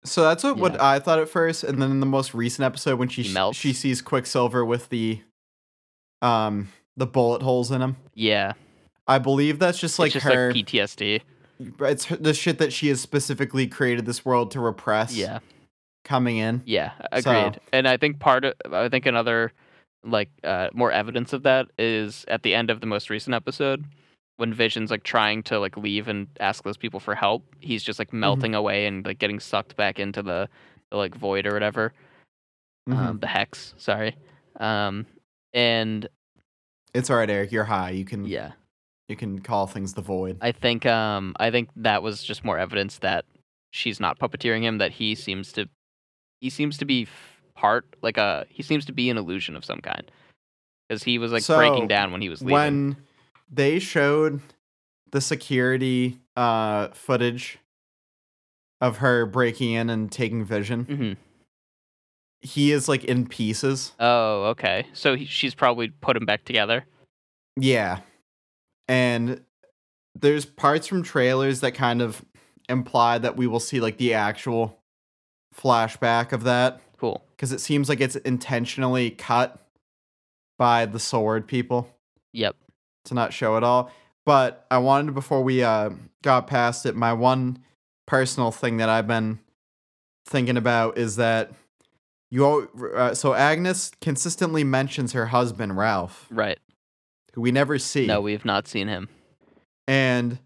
S1: so that's what, what
S2: yeah.
S1: I thought at first, and then in the most recent episode when she
S2: He
S1: sh-
S2: melts.
S1: she sees Quicksilver with the um the bullet holes in him.
S2: yeah,
S1: I believe that's just like
S2: it's just
S1: her.
S2: like PTSD.
S1: it's her, the shit that she has specifically created this world to repress.
S2: Yeah,
S1: Coming in.
S2: yeah,
S1: So-
S2: agreed. And I think part of I think another like uh, more evidence of that is at the end of the most recent episode when Vision's like trying to like leave and ask those people for help. He's just
S1: Mm-hmm.
S2: like melting away and like getting sucked back into the, the like void or whatever.
S1: Mhm.
S2: um, the hex. Sorry, um, and
S1: it's all right, Eric. You're high. You can
S2: yeah,
S1: you can call things the void.
S2: I think um, I think that was just more evidence that she's not puppeteering him. That he seems to he seems to be f- part like a he seems to be an illusion of some kind because he was like breaking
S1: So,
S2: down when he was leaving.
S1: when they showed the security uh footage of her breaking in and taking vision
S2: Mhm.
S1: he is like in pieces
S2: Oh, okay. So he, she's probably put him back together.
S1: yeah and there's parts from trailers that kind of imply that we will see like the actual flashback of that
S2: Cool.
S1: because it seems like it's intentionally cut by the sword people
S2: Yep.
S1: to not show at all. But I wanted before we uh, got past it, my one personal thing that I've been thinking about is that you all, uh, so Agnes consistently mentions her husband Ralph,
S2: Right.
S1: who we never see.
S2: No, we have not seen him.
S1: And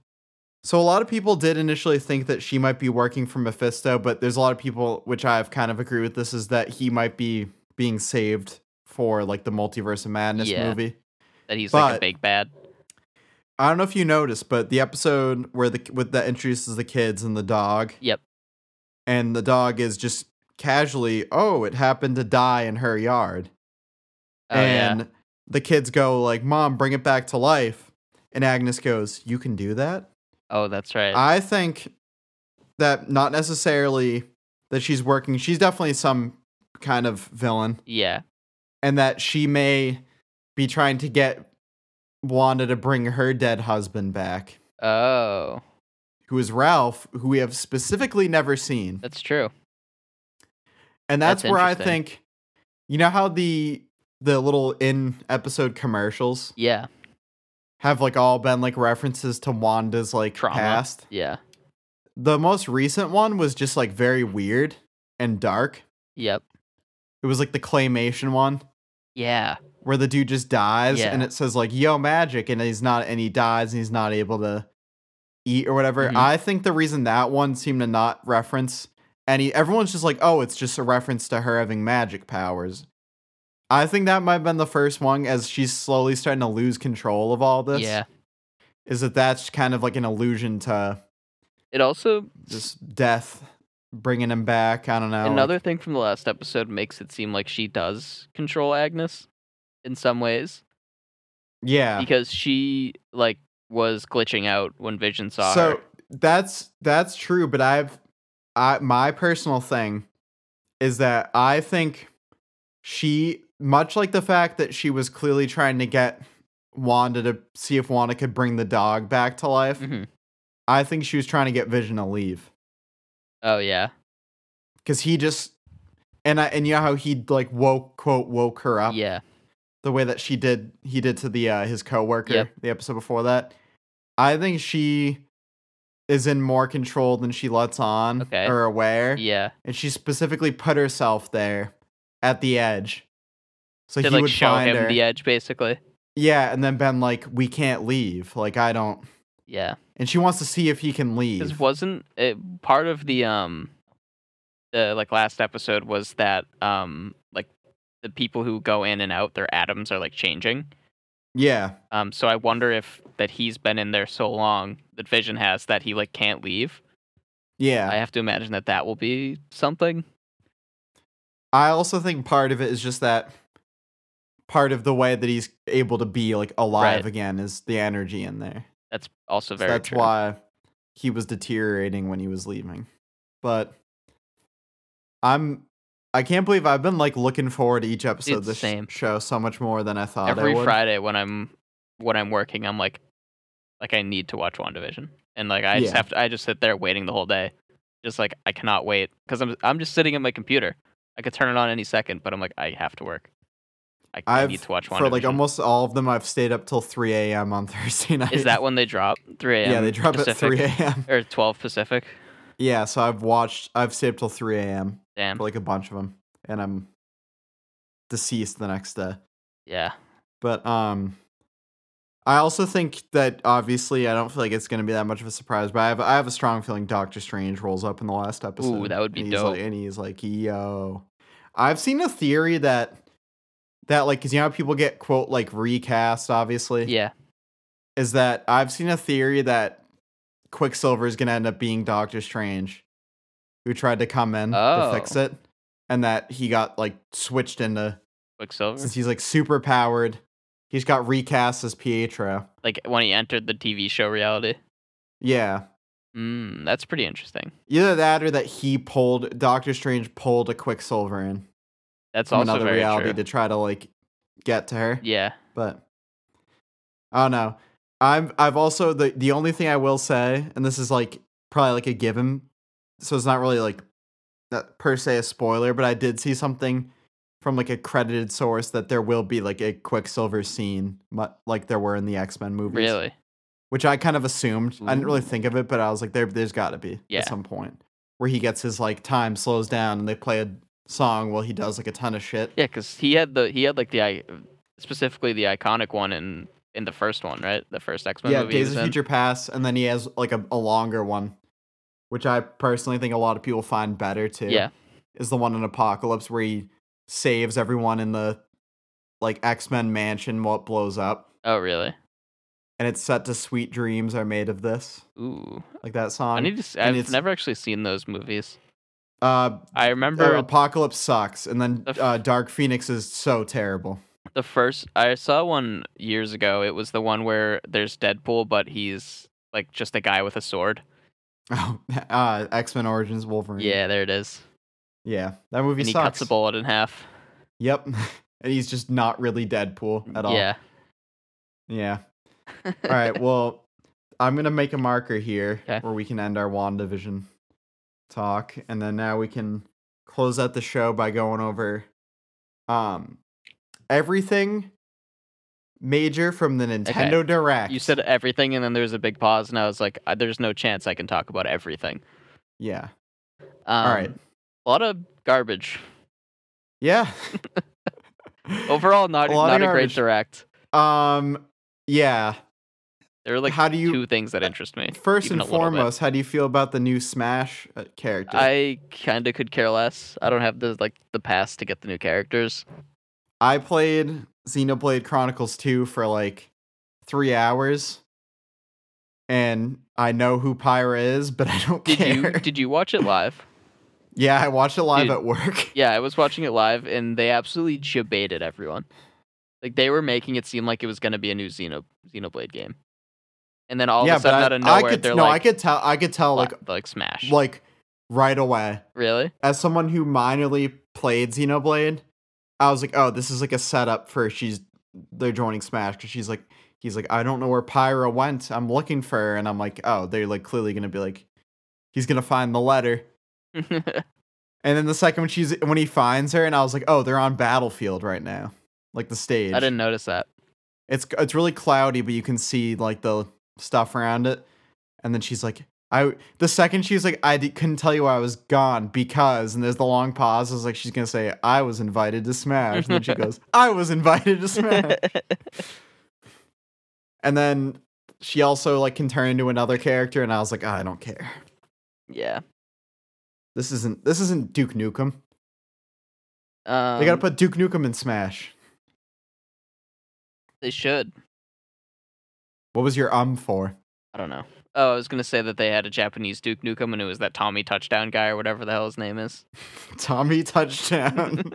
S1: so a lot of people did initially think that she might be working for Mephisto, but there's a lot of people which I've kind of agree with this is that he might be being saved for like the multiverse of madness
S2: Yeah.
S1: movie.
S2: That he's like a
S1: But-
S2: big bad.
S1: I don't know if you noticed, but the episode where the with that introduces the kids and the dog.
S2: Yep.
S1: And the dog is just casually, oh, it happened to die in her yard.
S2: Oh,
S1: and
S2: yeah.
S1: the kids go like, "Mom, bring it back to life." And Agnes goes, "You can do that."
S2: Oh, that's right.
S1: I think that not necessarily that she's working. She's definitely some kind of villain,
S2: yeah.
S1: and that she may be trying to get Wanda to bring her dead husband back,
S2: Oh,
S1: who is Ralph, who we have specifically never seen.
S2: that's true.
S1: And that's,
S2: that's
S1: where I
S2: interesting.
S1: think, you know how the the little in episode commercials
S2: Yeah,
S1: have like all been like references to Wanda's like
S2: Trauma.
S1: past.
S2: yeah,
S1: The most recent one was just like very weird and dark.
S2: yep,
S1: It was like the claymation one
S2: yeah,
S1: where the dude just dies and
S2: Yeah.
S1: it says like yo magic and he's not and he dies and he's not able to eat or whatever.
S2: Mhm.
S1: I think the reason that one seemed to not reference any everyone's just like oh it's just a reference to her having magic powers. I think that might have been the first one as she's slowly starting to lose control of all this.
S2: yeah.
S1: Is that that's kind of like an allusion to
S2: It also
S1: just death bringing him back. I don't know. like-
S2: another thing from the last episode makes it seem like she does control Agnes in some ways
S1: yeah.
S2: because she like was glitching out when Vision saw
S1: so
S2: her.
S1: that's that's true but i've i my personal thing is that i think she much like the fact that she was clearly trying to get wanda to see if wanda could bring the dog back to life
S2: Mhm.
S1: i think she was trying to get vision to leave
S2: Oh yeah,
S1: because he just and i and you know how he like woke quote woke her up
S2: yeah,
S1: the way that she did he did to the uh his coworker
S2: Yep.
S1: the episode before that. I think she is in more control than she lets on
S2: Okay.
S1: or aware.
S2: yeah.
S1: And she specifically put herself there at the edge. So
S2: to
S1: he
S2: like
S1: would
S2: show
S1: find
S2: him
S1: her.
S2: the e-, edge, basically.
S1: yeah, and then been like, We can't leave. Like I don't
S2: Yeah.
S1: and she wants to see if he can
S2: Because
S1: leave.
S2: wasn't it, part of the um the like last episode was that um like the people who go in and out their atoms are like changing.
S1: yeah.
S2: Um, so I wonder if that he's been in there so long that Vision has that he like can't leave.
S1: Yeah.
S2: I have to imagine that that will be something.
S1: I also think part of it is just that part of the way that he's able to be like alive
S2: Right.
S1: again is the energy in there.
S2: That's also
S1: So
S2: very
S1: that's
S2: true.
S1: why he was deteriorating when he was leaving. But I'm I can't believe I've been like looking forward to each episode of
S2: Dude,
S1: this sh-
S2: same.
S1: show so much more than I thought
S2: Every
S1: I would.
S2: Friday when I'm when I'm working, I'm like, like I need to watch WandaVision, and like I just
S1: Yeah.
S2: have to. I just sit there waiting the whole day, just like I cannot wait because I'm I'm just sitting at my computer. I could turn it on any second, but I'm like I have to work. I, I
S1: I've
S2: need to watch WandaVision.
S1: For like almost all of them I've stayed up till 3 a.m. on Thursday night.
S2: Is that when they drop? 3 a.m.
S1: Yeah, they drop
S2: Pacific,
S1: at 3 a.m.
S2: or 12 Pacific.
S1: Yeah, so I've watched I've stayed up till 3 a.m.
S2: Damn.
S1: for like a bunch of them and I'm deceased the next day.
S2: Yeah.
S1: But um I also think that obviously I don't feel like it's gonna be that much of a surprise, but I have I have a strong feeling Doctor Strange rolls up in the last episode.
S2: that would be
S1: and he's
S2: dope.
S1: Like, and he's like, yo. I've seen a theory that that like cause you know how people get quote like recast, obviously.
S2: Yeah.
S1: Is that I've seen a theory that Quicksilver is gonna end up being Doctor Strange, who tried to come in
S2: Oh.
S1: to fix it. And that he got like switched into
S2: Quicksilver.
S1: since he's like super powered. He's got recast as Pietro.
S2: Like when he entered the TV show reality.
S1: Yeah.
S2: Mm, that's pretty interesting.
S1: Either that or that he pulled Doctor Strange pulled a Quicksilver in
S2: That's
S1: from
S2: also
S1: another
S2: very
S1: reality
S2: true.
S1: to try to like get to her.
S2: Yeah.
S1: But I don't know. I'm I've also the the only thing I will say, and this is like probably like a given, so it's not really like not per se a spoiler, but I did see something from like a credited source that there will be like a Quicksilver scene, mu- like there were in the X Men movies.
S2: Really.
S1: which I kind of assumed. I didn't really think of it, but I was like, there, there's got to be
S2: Mm-hmm. Yeah.
S1: at some point where he gets his like time slows down and they play a song while he does like a ton of shit.
S2: Yeah, because he had the he had like the i- specifically the iconic one in in the first one, right? The first X Men
S1: Yeah,
S2: movie. he
S1: Days
S2: was
S1: of
S2: in.
S1: Future Past, and then he has like a, a longer one, which I personally think a lot of people find better too.
S2: Yeah,
S1: is the one in Apocalypse where he saves everyone in the like X Men mansion while it blows up,
S2: Oh, really?
S1: and it's set to "Sweet Dreams Are Made of This,"
S2: Ooh,
S1: like that song.
S2: I need to. s
S1: Um, and
S2: I've
S1: it's-
S2: never actually seen those movies.
S1: uh,
S2: I
S1: or
S2: remember
S1: Apocalypse sucks, and then
S2: The f-
S1: uh, Dark Phoenix is so terrible.
S2: the first. I saw one years ago. It was the one where there's Deadpool, but he's like just a guy with a sword.
S1: Oh, uh, X Men Origins Wolverine.
S2: Yeah, there it is.
S1: yeah, that movie
S2: and he
S1: sucks.
S2: cuts a bullet in half.
S1: Yep, and he's just not really Deadpool at all.
S2: Yeah.
S1: yeah. All right, well, I'm gonna make a marker here
S2: 'Kay.
S1: where we can end our Wandavision talk, and then now we can close out the show by going over um everything major from the Nintendo Direct.
S2: you said everything, and then there was a big pause, and I was like, "I- "There's no chance I can talk about everything."
S1: yeah.
S2: Um,
S1: All right.
S2: A lot of garbage.
S1: Yeah.
S2: Overall, not
S1: A lot of
S2: not a
S1: garbage.
S2: great direct.
S1: um. Yeah.
S2: There are like
S1: how do you
S2: two things that interest me.
S1: first and
S2: even a little bit.
S1: foremost? How do you feel about the new Smash uh, character?
S2: I kind of could care less. I don't have the like the pass to get the new characters.
S1: I played Xenoblade Chronicles 2 for like three hours. And I know who Pyra is, but I don't
S2: Did
S1: care.
S2: you did you watch it live?
S1: yeah, I watched it live
S2: Dude.
S1: at work.
S2: Yeah, I was watching it live, and they absolutely debated everyone. Like they were making it seem like it was gonna be a new Xeno Xenoblade game, and then all
S1: yeah,
S2: of a sudden,
S1: I,
S2: out of
S1: I
S2: nowhere,
S1: could
S2: they're
S1: no, I
S2: like,
S1: could tell I could tell like
S2: like, like Smash.
S1: like right away.
S2: really?
S1: As someone who minorly played Xenoblade, I was like, oh, this is like a setup for she's they're joining Smash because she's like he's like, I don't know where Pyra went. I'm looking for her, and I'm like, oh, they're like clearly gonna be like he's gonna find the letter. And then the second when she's when he finds her, and I was like, oh, they're on battlefield right now, like the stage.
S2: I didn't notice that.
S1: It's it's really cloudy, but you can see like the stuff around it. And then she's like, I. The second she's like, I d- couldn't tell you I was gone because, and there's the long pause. I was like, she's gonna say, I was invited to smash, and then she goes, I was invited to smash. and then she also like can turn into another character, and I was like, "Ah, I don't care.
S2: yeah.
S1: This isn't this isn't Duke Nukem.
S2: Um,
S1: they gotta put Duke Nukem in Smash.
S2: They should.
S1: What was your um for?
S2: I don't know. Oh, I was gonna say that they had a Japanese Duke Nukem, and it was that Tommy Touchdown guy or whatever the hell his name is.
S1: Tommy touchdown.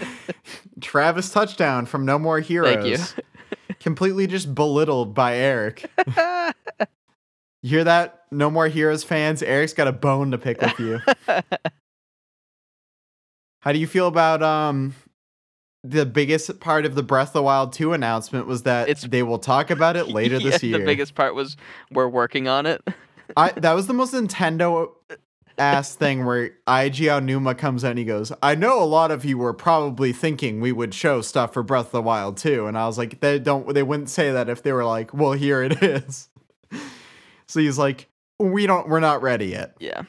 S1: Travis touchdown from No More Heroes.
S2: Thank you.
S1: Completely just belittled by Eric. You hear that? No More Heroes fans, Eric's got a bone to pick with you. How do you feel about um the biggest part of the Breath of the Wild 2 announcement was that
S2: It's-
S1: they will talk about it later
S2: Yeah,
S1: this year.
S2: The biggest part was we're working on it.
S1: I that was the most Nintendo ass thing where IG Onuma comes out and he goes, I know a lot of you were probably thinking we would show stuff for Breath of the Wild too. And I was like, they don't they wouldn't say that if they were like, Well, here it is. so he's like, We don't we're not ready yet.
S2: Yeah.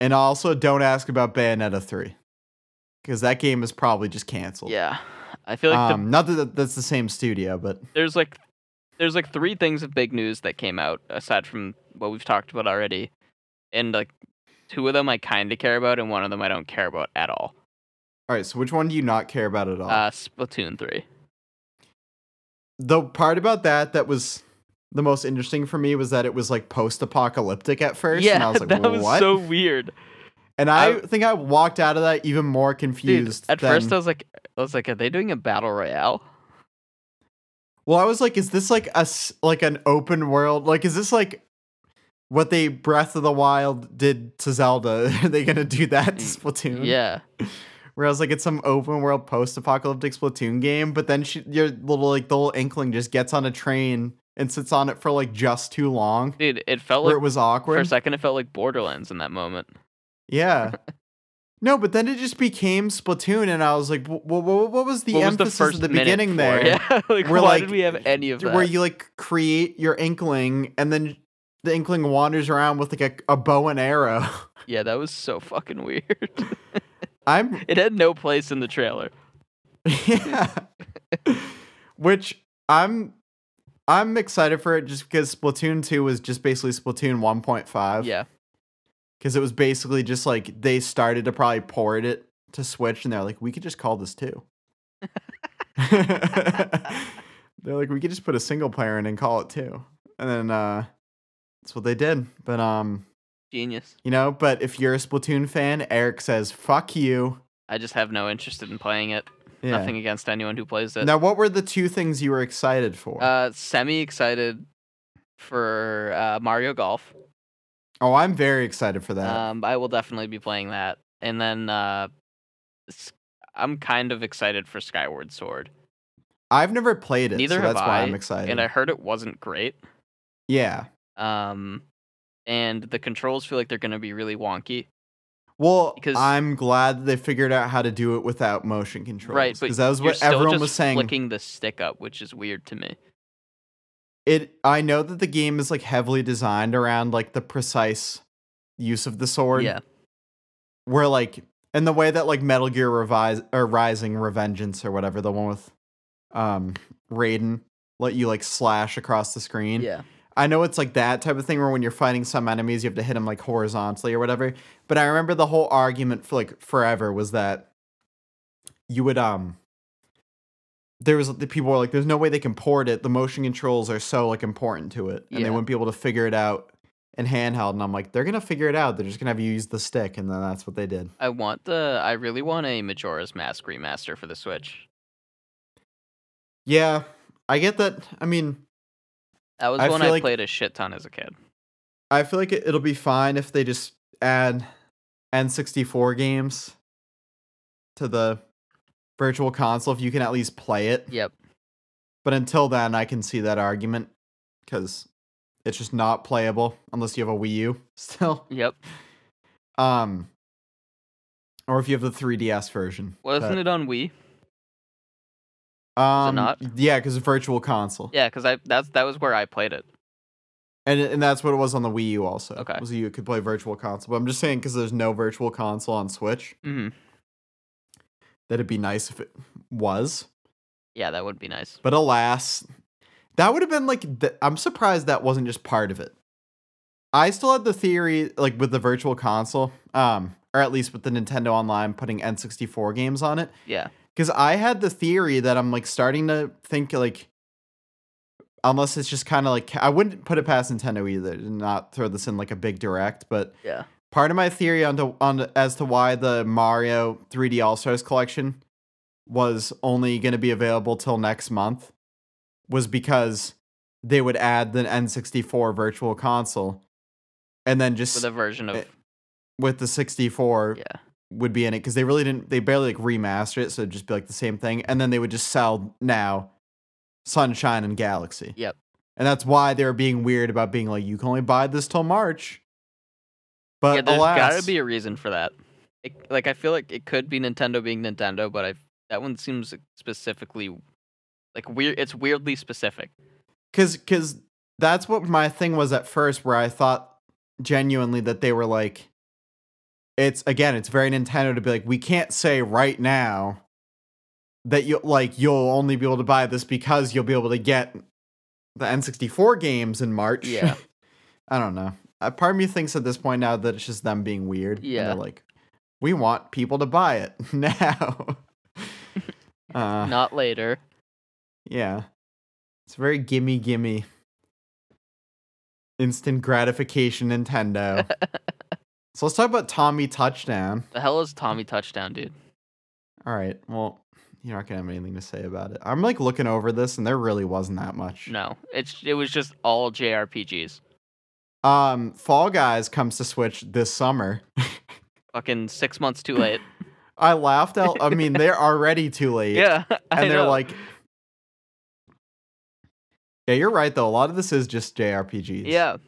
S1: And also don't ask about Bayonetta 3. Because that game is probably just canceled.
S2: Yeah. I feel like the
S1: um, not that that's the same studio, but
S2: there's like there's like three things of big news that came out aside from what we've talked about already and like two of them i kind of care about and one of them i don't care about at all
S1: all right. So which one do you not care about at all?
S2: uh splatoon 3
S1: the part about that that was the most interesting for me was that it was like post-apocalyptic at first, and I was like,
S2: that
S1: "What?"
S2: was so weird
S1: and I,
S2: I-
S1: think I walked out of that even more
S2: dude
S1: confused.
S2: at
S1: than-
S2: first i was like i was like are they doing a battle royale
S1: well, I was like, "Is this like a s- like an open world? Like, is this like what they Breath of the Wild did to Zelda? Are they gonna do that to Splatoon?"
S2: Mm, yeah
S1: Where I was like, "It's some open world post-apocalyptic Splatoon game," but then she, your little like the little inkling just gets on a train and sits on it for like just too long,
S2: dude it felt
S1: where
S2: like
S1: it was
S2: for
S1: awkward.
S2: a second it felt like borderlands in that moment
S1: Yeah. No, but then it just became Splatoon, and I was like, "Well, what was the
S2: what was
S1: emphasis
S2: the first
S1: at the
S2: minute
S1: beginning
S2: for?
S1: there?
S2: yeah like
S1: We're
S2: why
S1: like-
S2: did we have any of that
S1: Where you like create your inkling, and then the inkling wanders around with like a, a bow and arrow.
S2: yeah that was so fucking weird
S1: I'm
S2: it had no place in the trailer
S1: yeah, which I'm I'm excited for it just because Splatoon two was just basically Splatoon one point five.
S2: yeah
S1: because it was basically just like they started to probably port it to Switch, and they're like, we could just call this two. they're like, we could just put a single player in and call it two, and then uh, that's what they did. But um,
S2: genius
S1: you know, but if you're a Splatoon fan, Eric says, "Fuck you."
S2: I just have no interest in playing it.
S1: Yeah.
S2: Nothing against anyone who plays it.
S1: Now, what were the two things you were excited for?
S2: Uh, semi excited for uh, Mario Golf.
S1: Oh, I'm very excited for that.
S2: Um, I will definitely be playing that, and then uh, s- I'm kind of excited for Skyward Sword,
S1: I've never played it,
S2: neither
S1: so
S2: have
S1: that's why
S2: I,
S1: I'm excited.
S2: and I heard it wasn't great.
S1: yeah.
S2: Um, and the controls feel like they're going to be really wonky.
S1: Well,
S2: because-
S1: I'm glad they figured out how to do it without motion controls.
S2: Right, but
S1: because that was
S2: You're
S1: what
S2: still
S1: everyone
S2: just
S1: was saying.
S2: flicking the stick up, which is weird to me.
S1: It. I know that the game is like heavily designed around like the precise use of the sword.
S2: yeah,
S1: Where like in the way that like Metal Gear Revise or Rising Revengeance or whatever the one with, um, Raiden let you like slash across the screen.
S2: yeah,
S1: I know it's like that type of thing where when you're fighting some enemies, you have to hit them like horizontally or whatever. But I remember the whole argument for like forever was that you would um there was the people were like, there's no way they can port it. The motion controls are so like important to it, and
S2: Yeah.
S1: they wouldn't be able to figure it out in handheld. And I'm like, they're gonna figure it out. They're just gonna have you use the stick, and then that's what they did.
S2: I want the. I really want a Majora's Mask remaster for the Switch.
S1: Yeah, I get that. I mean,
S2: That was
S1: I
S2: one
S1: feel
S2: I
S1: like-
S2: played a shit ton as a kid.
S1: I feel like it, it'll be fine if they just add N64 games to the virtual console if you can at least play it.
S2: Yep.
S1: But until then, I can see that argument because it's just not playable unless you have a Wii U still.
S2: Yep.
S1: Um, or if you have the 3DS version.
S2: Wasn't
S1: But,
S2: it on Wii?
S1: Um,
S2: not?
S1: Yeah, because virtual console.
S2: Yeah, because I that's that was where I played it.
S1: And and that's what it was on the Wii U also.
S2: Okay.
S1: Was you could play virtual console. But I'm just saying because there's no virtual console on Switch.
S2: hmm
S1: that it'd be nice if it was.
S2: Yeah, that would be nice.
S1: But alas, that would have been like, th- I'm surprised that wasn't just part of it. I still had the theory, like with the Virtual Console, um, or at least with the Nintendo Online putting N64 games on it,
S2: Yeah.
S1: because I had the theory that I'm like starting to think like, unless it's just kind of like, I wouldn't put it past Nintendo either to not throw this in like a big direct, but
S2: Yeah.
S1: part of my theory on to, on as to why the Mario 3D All Stars collection was only going to be available till next month was because they would add the N64 Virtual Console, and then just
S2: With a version of
S1: eh, with the 64
S2: yeah.
S1: would be in it because they really didn't they barely like remastered it, so it'd just be like the same thing, and then they would just sell now Sunshine and Galaxy.
S2: Yep.
S1: And that's why they were being weird about being like, you can only buy this till March. But
S2: yeah, There's
S1: alas,
S2: gotta be a reason for that. It, like I feel like it could be Nintendo being Nintendo, but I that one seems specifically like weird. It's weirdly specific.
S1: because because that's what my thing was at first where i thought genuinely that they were like it's again it's very nintendo to be like we can't say right now that you like you'll only be able to buy this because you'll be able to get the n64 games in march
S2: Yeah.
S1: i don't know Uh, part of me thinks at this point now that it's just them being weird and
S2: Yeah.
S1: they're like we want people to buy it now uh,
S2: Not later.
S1: yeah. It's very gimme gimme. Instant gratification Nintendo. so let's talk about Tommy Touchdown.
S2: The hell is Tommy Touchdown, dude?
S1: All right. Well, you're not going to have anything to say about it. I'm like looking over this and there really wasn't that much.
S2: No, it's it was just all JRPGs.
S1: Um Fall Guys comes to Switch this summer.
S2: Fucking six months too late.
S1: I laughed out. I mean, they're already too late.
S2: yeah, I
S1: And they're
S2: know.
S1: like Yeah, you're right though. A lot of this is just JRPGs.
S2: yeah.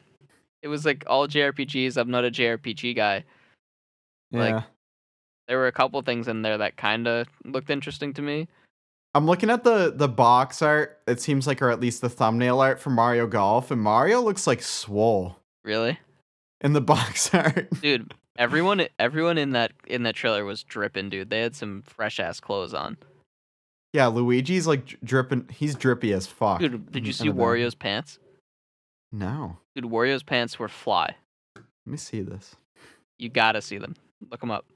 S2: It was like all JRPGs. I'm not a JRPG guy. like-
S1: Yeah.
S2: There were a couple things in there that kind of looked interesting to me.
S1: I'm looking at the the box art. It seems like, or at least the thumbnail art for Mario Golf, and Mario looks like swole
S2: Really,
S1: in the box art.
S2: dude. Everyone, everyone in that in that trailer was dripping, dude. They had some fresh ass clothes on,
S1: yeah, Luigi's like dri- dripping. He's drippy as fuck.
S2: dude. Did you
S1: in-
S2: see
S1: in the back.
S2: Wario's pants?
S1: No.
S2: Dude, Wario's pants were fly.
S1: Let me see this.
S2: You gotta see them. Look them up.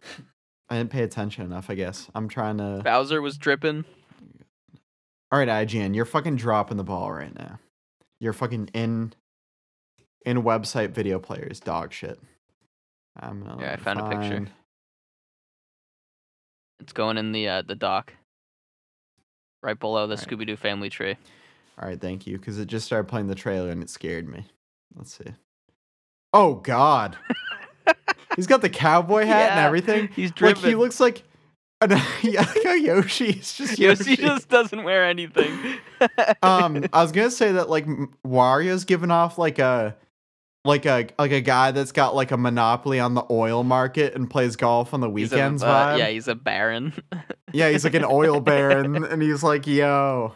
S1: I didn't pay attention enough. I guess I'm trying to.
S2: Bowser was dripping.
S1: All right, IGN, you're fucking dropping the ball right now. You're fucking in in website video players dog shit. I'm gonna
S2: Here,
S1: let
S2: I
S1: me
S2: found a picture.
S1: find-
S2: It's going in the uh, the dock, right below the
S1: Right.
S2: Scooby Doo family tree.
S1: All right, thank you. Because it just started playing the trailer and it scared me. Let's see. Oh God, he's got the cowboy hat and
S2: Yeah,
S1: everything.
S2: He's
S1: Like
S2: driven.
S1: he looks like an, yeah, like how Yoshi. It's just Yoshi.
S2: Yoshi just doesn't wear anything.
S1: um, I was gonna say that like M- Wario's giving off like a like a like a guy that's got like a monopoly on the oil market and plays golf on the
S2: He's a,
S1: weekends.
S2: uh,
S1: vibe.
S2: yeah, he's a baron.
S1: Yeah, he's like an oil baron, and he's like, "Yo,"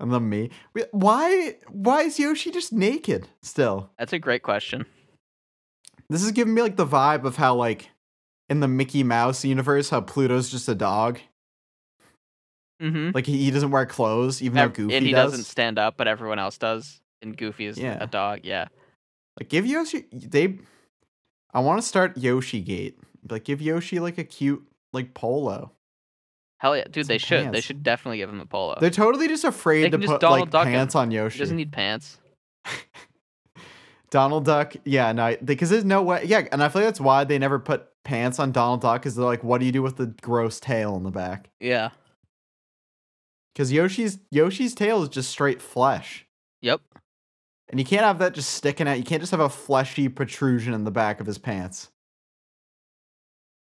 S1: and then me. Wh- Why? Why is Yoshi just naked still?
S2: That's a great question.
S1: This is giving me like the vibe of how like in the Mickey Mouse universe, how Pluto's just a dog.
S2: Mm-hmm.
S1: Like he, he doesn't wear clothes, even though Goofy
S2: and he
S1: does.
S2: not stand up, but everyone else does. And Goofy is
S1: Yeah.
S2: a dog. Yeah.
S1: like give Yoshi they. I want to start Yoshi Gate. Like give Yoshi like a cute like polo.
S2: Hell yeah, dude. They
S1: Some
S2: should. They
S1: pants.
S2: should definitely give him a polo.
S1: They're totally just
S2: Uh, They
S1: afraid to
S2: can just
S1: put
S2: Donald
S1: like
S2: Duck him.
S1: pants on
S2: he
S1: Yoshi.
S2: doesn't need pants.
S1: Donald Duck, yeah, no, because there's no way, yeah, and I feel like that's why they never put pants on Donald Duck, because they're like, what do you do with the gross tail in the back?
S2: Yeah.
S1: Because Yoshi's Yoshi's tail is just straight flesh,
S2: Yep.
S1: and you can't have that just sticking out. You can't just have a fleshy protrusion in the back of his pants.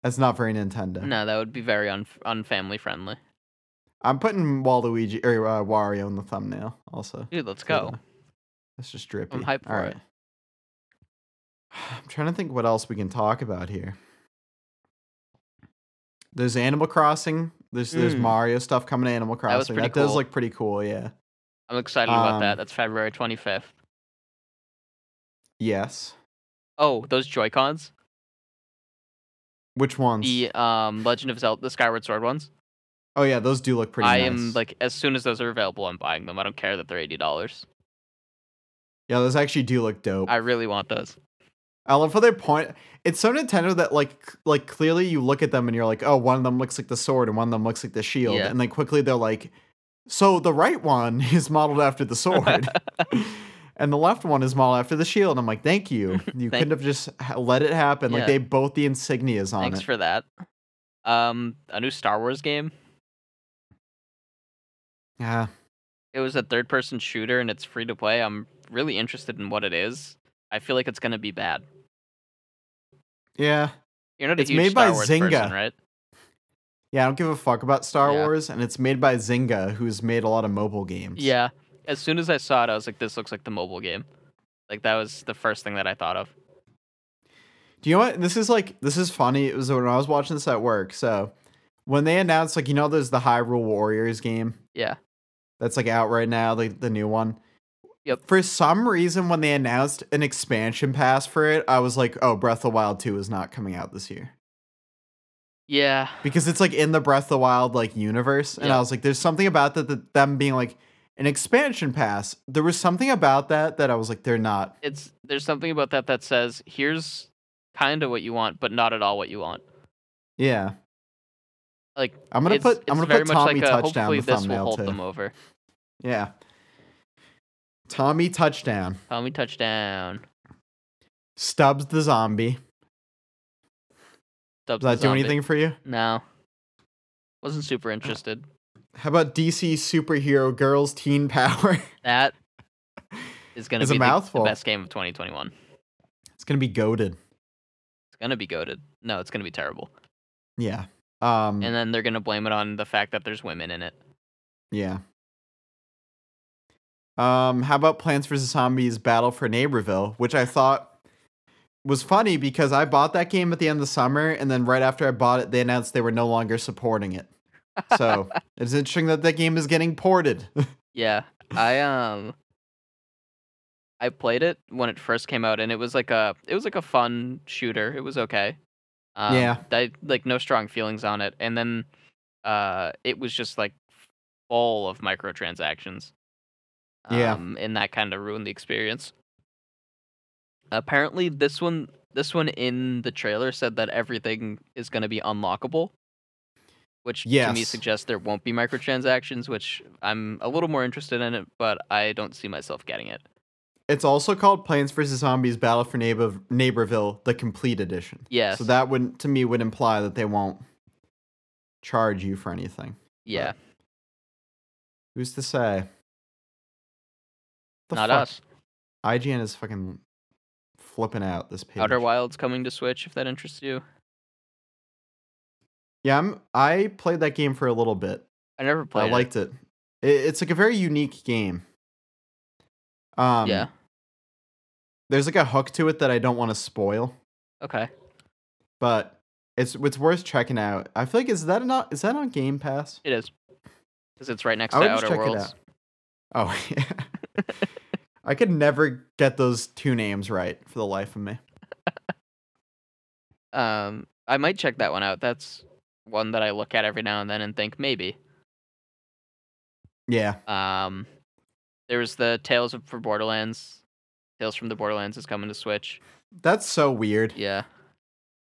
S1: That's not very Nintendo.
S2: No, that would be very un- unfamily friendly.
S1: I'm putting Waluigi or uh, Wario in the thumbnail also.
S2: Dude, let's
S1: So,
S2: go.
S1: uh, That's just drippy.
S2: hyped for it.
S1: I'm trying to think what else we can talk about here. There's Animal Crossing. There's there's
S2: Mm.
S1: Mario stuff coming to Animal
S2: was
S1: Crossing. That,
S2: pretty
S1: does
S2: cool.
S1: look pretty cool, yeah.
S2: I'm excited about that.
S1: Um,
S2: That's February 25th.
S1: Yes.
S2: Oh, those Joy Cons.
S1: Which ones?
S2: The um Legend of Zelda, the Skyward Sword ones.
S1: oh yeah, those do look pretty
S2: I
S1: nice.
S2: am like, as soon as those are available, I'm buying them. I don't care that they're eighty dollars.
S1: Yeah, those actually do look dope.
S2: I
S1: I,
S2: really want those.
S1: love how they point it's so Nintendo that like c- like clearly you look at them and you're like, oh, one of them looks like the sword and one of them looks like the shield.
S2: Yeah.
S1: And then quickly they're like, So the right one is modeled after the sword. and the left one is modeled after the shield. I'm like, thank you. You
S2: Thank-
S1: couldn't have just ha- let it happen.
S2: Yeah.
S1: Like they both the insignias on
S2: Thanks
S1: it.
S2: for that. Um, a new Star Wars game.
S1: yeah,
S2: It was a third-person shooter, and it's free to play. I'm really interested in what it is. I feel like it's gonna be bad.
S1: yeah,
S2: You're not a
S1: It's
S2: huge
S1: made
S2: Star
S1: by
S2: Wars
S1: Zynga.
S2: person, right?
S1: yeah. I don't give a fuck about Star
S2: Yeah.
S1: Wars, and it's made by Zynga, who's made a lot of mobile games.
S2: Yeah. As soon as I saw it, I was like, "This looks like the mobile game." Like that was the first thing that I thought of.
S1: Do you know what? This is like this is funny. It was when I was watching this at work. So when they announced, like, you know, there's the Hyrule Warriors game.
S2: Yeah.
S1: That's like out right now, like the new one.
S2: Yep.
S1: For some reason, when they announced an expansion pass for it, I was like, "Oh, Breath of the Wild 2 is not coming out this year."
S2: Yeah.
S1: because it's like in the Breath of the Wild like universe, and
S2: Yeah.
S1: I was like, there's something about that, that them being like an expansion pass. There was something about that that I was like, they're not.
S2: it's there's something about that that says here's kind of what you want but not at all what you want
S1: Yeah,
S2: like
S1: I'm gonna
S2: it's,
S1: put
S2: it's
S1: I'm gonna
S2: very
S1: put
S2: much
S1: Tommy
S2: like a,
S1: touchdown
S2: hopefully
S1: the
S2: this will
S1: thumbnail
S2: hold
S1: too.
S2: them over
S1: Yeah, Tommy touchdown
S2: tommy touchdown
S1: Stubbs the zombie. Does
S2: Dubs
S1: that
S2: the
S1: do
S2: zombie.
S1: anything for you?
S2: no wasn't super interested
S1: How about DC superhero girls teen power?
S2: that is gonna
S1: It's a
S2: be the-
S1: mouthful.
S2: the best game of 2021 it's
S1: it's gonna be goaded.
S2: gonna be goaded no it's gonna be terrible
S1: Yeah. Um.
S2: and then they're gonna blame it on the fact that there's women in it
S1: Yeah. Um, how about Plants vs. Zombies Battle for Neighborville, which I thought was funny because I bought that game at the end of the summer, and then right after I bought it, they announced they were no longer supporting it. So it's interesting that that game is getting ported.
S2: Yeah, I um, I played it when it first came out, and it was like a it was like a fun shooter. It was okay. Um,
S1: Yeah.
S2: I like no strong feelings on it, and then uh, it was just like full of microtransactions.
S1: Yeah.
S2: Um, and that kind of ruined the experience. Apparently, this one this one in the trailer said that everything is going to be unlockable. Which to me
S1: Yes.
S2: suggests there won't be microtransactions, which I'm a little more interested in it, but I don't see myself getting it.
S1: it's also called Plants vs. Zombies Battle for Neighbor- Neighborville, the complete edition.
S2: Yes.
S1: So that would, to me, would imply that they won't charge you for anything.
S2: yeah.
S1: Who's to say? The
S2: Not
S1: fuck?
S2: us.
S1: IGN is fucking flipping out this page.
S2: Outer Wilds coming to Switch if that interests you.
S1: Yeah, I'm, I played that game for a little bit.
S2: I never played.
S1: I
S2: it.
S1: liked it. it. It's like a very unique game. Um,
S2: yeah.
S1: There's like a hook to it that I don't want to spoil,
S2: Okay.
S1: but it's it's worth checking out. I feel like is that not is that on Game Pass?
S2: It is. Because it's right next
S1: I
S2: to
S1: would just
S2: Outer
S1: check it
S2: Worlds.
S1: out. Oh yeah. I could never get those two names right for the life of me.
S2: Um, I might check that one out. That's one that I look at every now and then and think maybe.
S1: Yeah.
S2: Um, there was the Tales of for Borderlands. Tales from the Borderlands is coming to Switch.
S1: That's so weird.
S2: Yeah,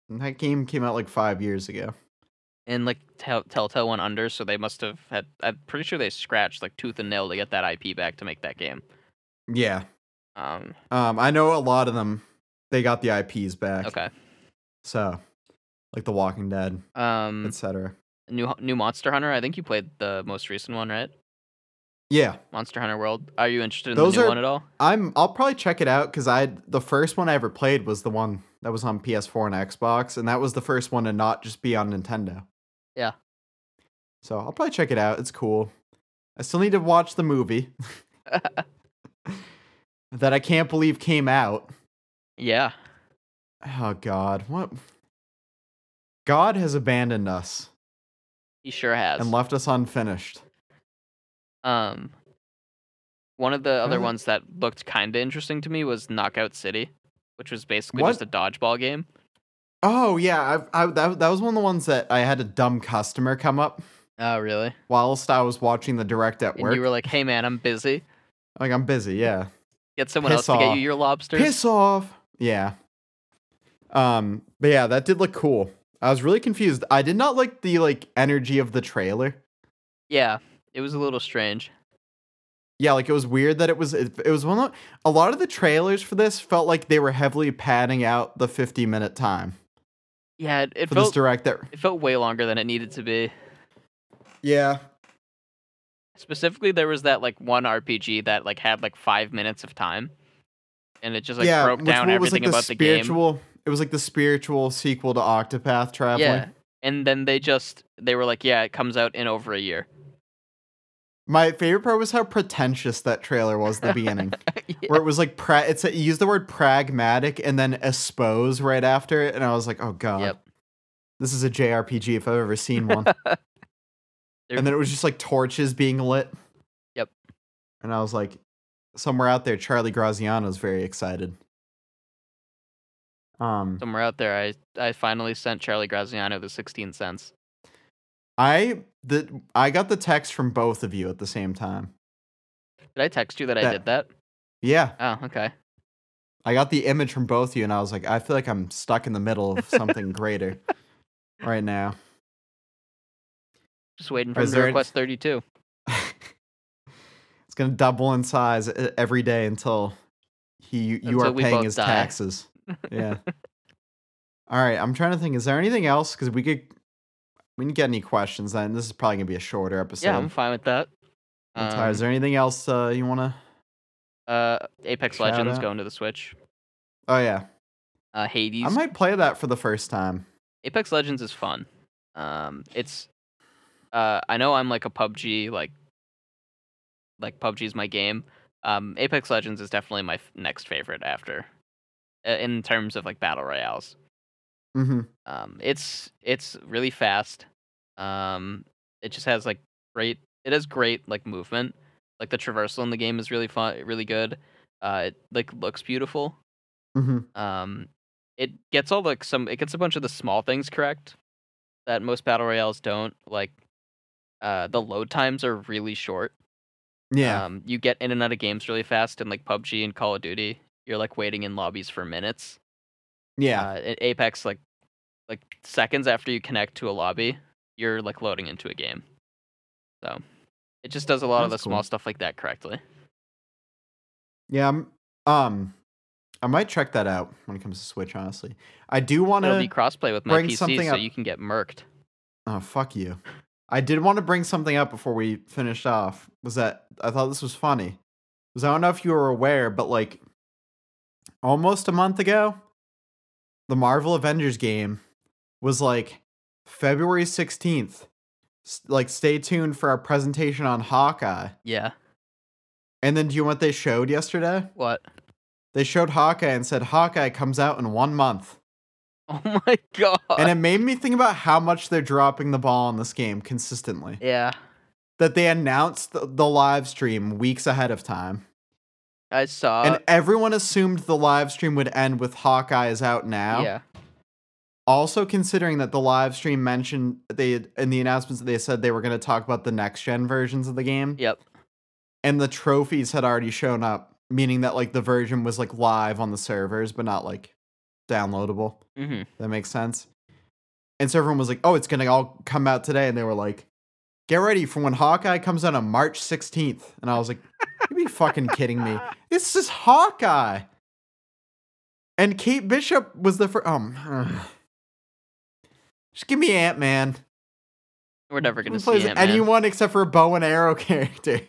S1: That game came out like 5 years ago.
S2: and like Tell- Telltale went under, so they must have had. I'm pretty sure they scratched like tooth and nail to get that IP back to make that game.
S1: Yeah.
S2: Um,
S1: Um I know a lot of them they got the IPs back.
S2: okay.
S1: So like The Walking Dead,
S2: Um,
S1: etc.
S2: new new Monster Hunter. I think you played the most recent one, right?
S1: Yeah.
S2: Monster Hunter World. Are you interested in
S1: Those
S2: the new
S1: are-
S2: one at all?
S1: I'm I'll probably check it out cuz I the first one I ever played was the one that was on PS4 and Xbox and that was the first one to not just be on Nintendo.
S2: Yeah.
S1: So I'll probably check it out. It's cool. I still need to watch the movie that I can't believe came out.
S2: yeah.
S1: Oh god. What God has abandoned us
S2: He sure has.
S1: and left us unfinished.
S2: Um, one of the other
S1: Really?
S2: ones that looked kind of interesting to me was Knockout City, which was basically
S1: What?
S2: just a dodgeball game.
S1: Oh yeah, I, I that, that was one of the ones that I had a dumb customer come up
S2: Oh, really?
S1: whilst I was watching the direct at
S2: And
S1: work.
S2: you were like, "Hey, man, I'm busy.
S1: like I'm busy, yeah.
S2: Get someone
S1: Piss
S2: else to get
S1: off.
S2: you your lobsters."
S1: Piss off. Yeah. Um, but yeah, that did look cool. I was really confused. I did not like the like energy of the trailer.
S2: Yeah, it was a little strange.
S1: Yeah, like it was weird that it was it, it was one of a lot of the trailers for this felt like they were heavily padding out the 50 minute time
S2: Yeah, it, it
S1: for this
S2: felt
S1: direct that
S2: it felt way longer than it needed to be.
S1: Yeah.
S2: Specifically, there was that like one RPG that like had like five minutes of time, and it just like
S1: yeah,
S2: broke
S1: which one
S2: down
S1: was
S2: everything
S1: like the
S2: about the game.
S1: spiritual it was like the spiritual sequel to Octopath Traveler.
S2: Yeah, and then they just they were like, "Yeah, it comes out in over a year."
S1: My favorite part was how pretentious that trailer was at the beginning.
S2: Yeah.
S1: where it was like pra- it's a, you used the word pragmatic and then espose right after it, and I was like, oh god,
S2: Yep.
S1: this is a JRPG if I've ever seen one.
S2: There-
S1: and then it was just like torches being lit.
S2: Yep.
S1: And I was like, somewhere out there, Charlie Graziano's very excited. Um,
S2: somewhere out there. I I finally sent Charlie Graziano the sixteen cents.
S1: I the I got the text from both of you at the same time.
S2: Did I text you that, I
S1: That-
S2: did that?
S1: Yeah,
S2: Oh, okay.
S1: I got the image from both of you, and I was like, I feel like I'm stuck in the middle of something greater right now.
S2: Just waiting for
S1: Is
S2: him to
S1: there any-
S2: request thirty two.
S1: it's gonna double in size e- every day until he you, you
S2: Until
S1: are
S2: we
S1: paying
S2: both
S1: his
S2: die.
S1: taxes. Yeah. All right, I'm trying to think. Is there anything else? Because we could we didn't get any questions. Then this is probably gonna be a shorter episode.
S2: Yeah, I'm fine with that.
S1: I'm tired. Is
S2: Um,
S1: there anything else uh, you wanna?
S2: uh, Apex
S1: Shout
S2: Legends
S1: out.
S2: going to the Switch.
S1: Oh yeah,
S2: Uh, Hades.
S1: I might play that for the first time.
S2: Apex Legends is fun. Um, it's. Uh, I know I'm like a PUBG like. Like PUBG is my game. Um, Apex Legends is definitely my f- next favorite after, uh, in terms of like battle royales.
S1: Mm-hmm.
S2: Um, it's it's really fast. Um, it just has like great. It has great like movement. Like the traversal in the game is really fun, really good. Uh, it like looks beautiful.
S1: Mm-hmm.
S2: Um, it gets all like some. It gets a bunch of the small things correct that most battle royales don't. Like, uh, the load times are really short.
S1: Yeah.
S2: Um, you get in and out of games really fast, and like PUBG and Call of Duty, you're like waiting in lobbies for minutes
S1: yeah.
S2: uh, in Apex, like like seconds after you connect to a lobby, you're like loading into a game. So it just does a lot of the
S1: That's
S2: small
S1: cool.
S2: stuff like that correctly.
S1: yeah. I'm, um, I might check that out when it comes to Switch. Honestly, I do want to
S2: It'll be crossplay with my
S1: bring
S2: PC,
S1: something
S2: so
S1: up.
S2: you can get murked.
S1: Oh, fuck you. I did want to bring something up before we finished off. Was that I thought this was funny. Because I don't know if you were aware, but like almost a month ago, the Marvel Avengers game was like February 16th. S- Like, stay tuned for our presentation on Hawkeye.
S2: Yeah.
S1: And then, do you know what they showed yesterday?
S2: What?
S1: They showed Hawkeye and said, Hawkeye comes out in one month.
S2: Oh my god.
S1: And it made me think about how much they're dropping the ball in this game consistently.
S2: yeah.
S1: That they announced the, the live stream weeks ahead of time.
S2: I saw.
S1: and everyone assumed the live stream would end with Hawkeye is out now.
S2: yeah.
S1: Also, considering that the live stream mentioned they had, in the announcements that they said they were going to talk about the next gen versions of the game.
S2: Yep.
S1: And the trophies had already shown up, meaning that like the version was like live on the servers, but not like downloadable.
S2: Mm-hmm.
S1: That makes sense. And so everyone was like, oh, it's going to all come out today. And they were like, get ready for when Hawkeye comes out on March 16th. And I was like, you be fucking kidding me. This is Hawkeye. And Kate Bishop was the first. Um, ugh. just give me Ant Man.
S2: We're never gonna
S1: Who
S2: see
S1: plays
S2: Ant Man.
S1: anyone except for a bow and arrow character?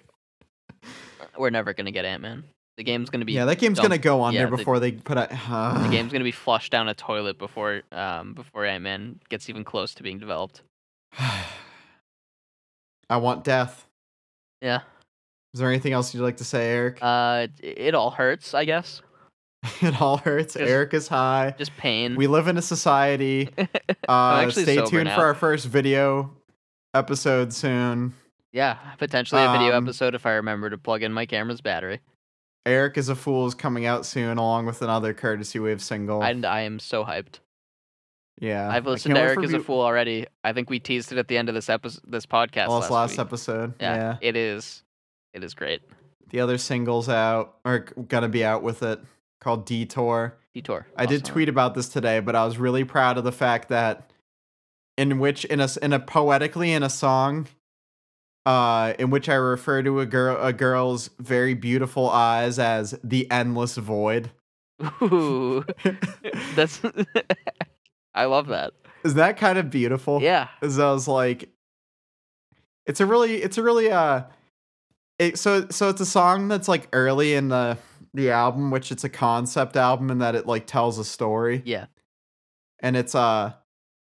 S2: We're never gonna get Ant Man. The game's gonna be.
S1: Yeah, that game's going to
S2: dumped.
S1: go under
S2: Yeah, the-
S1: before they put out.
S2: The game's gonna be flushed down a toilet before um before Ant Man gets even close to being developed.
S1: I want death.
S2: Yeah.
S1: Is there anything else you'd like to say, Eric?
S2: Uh, it, it all hurts, I guess.
S1: it all hurts.
S2: Just-
S1: Eric is high.
S2: Just pain.
S1: We live in a society. Uh,
S2: Mm-hmm. actually
S1: stay
S2: sober
S1: tuned
S2: now.
S1: for our first video episode soon.
S2: yeah, potentially a video
S1: Um,
S2: episode if I remember to plug in my camera's battery.
S1: Eric is a Fool is coming out soon, along with another Courtesy Wave single.
S2: And I am so hyped.
S1: Oh. yeah,
S2: I've
S1: I
S2: listened to
S1: can't wait
S2: Eric
S1: for
S2: is a
S1: peop-
S2: fool already. I think we teased it at the end of this episode, this podcast
S1: Well, it's last
S2: last, week.
S1: episode. Yeah.
S2: Yeah, it is. It is great.
S1: the other singles out are gonna be out with it called Detour.
S2: Detour.
S1: I did
S2: awesome.
S1: tweet about this today, but I was really proud of the fact that in which in a s- in a poetically in a song uh in which I refer to a girl a girl's very beautiful eyes as the endless void.
S2: Ooh, that's. I love that.
S1: Is that kind of beautiful?
S2: Yeah.
S1: Is I was like it's a really it's a really uh it, so so it's a song that's like early in the the album which it's a concept album and that it like tells a story.
S2: Yeah.
S1: and it's uh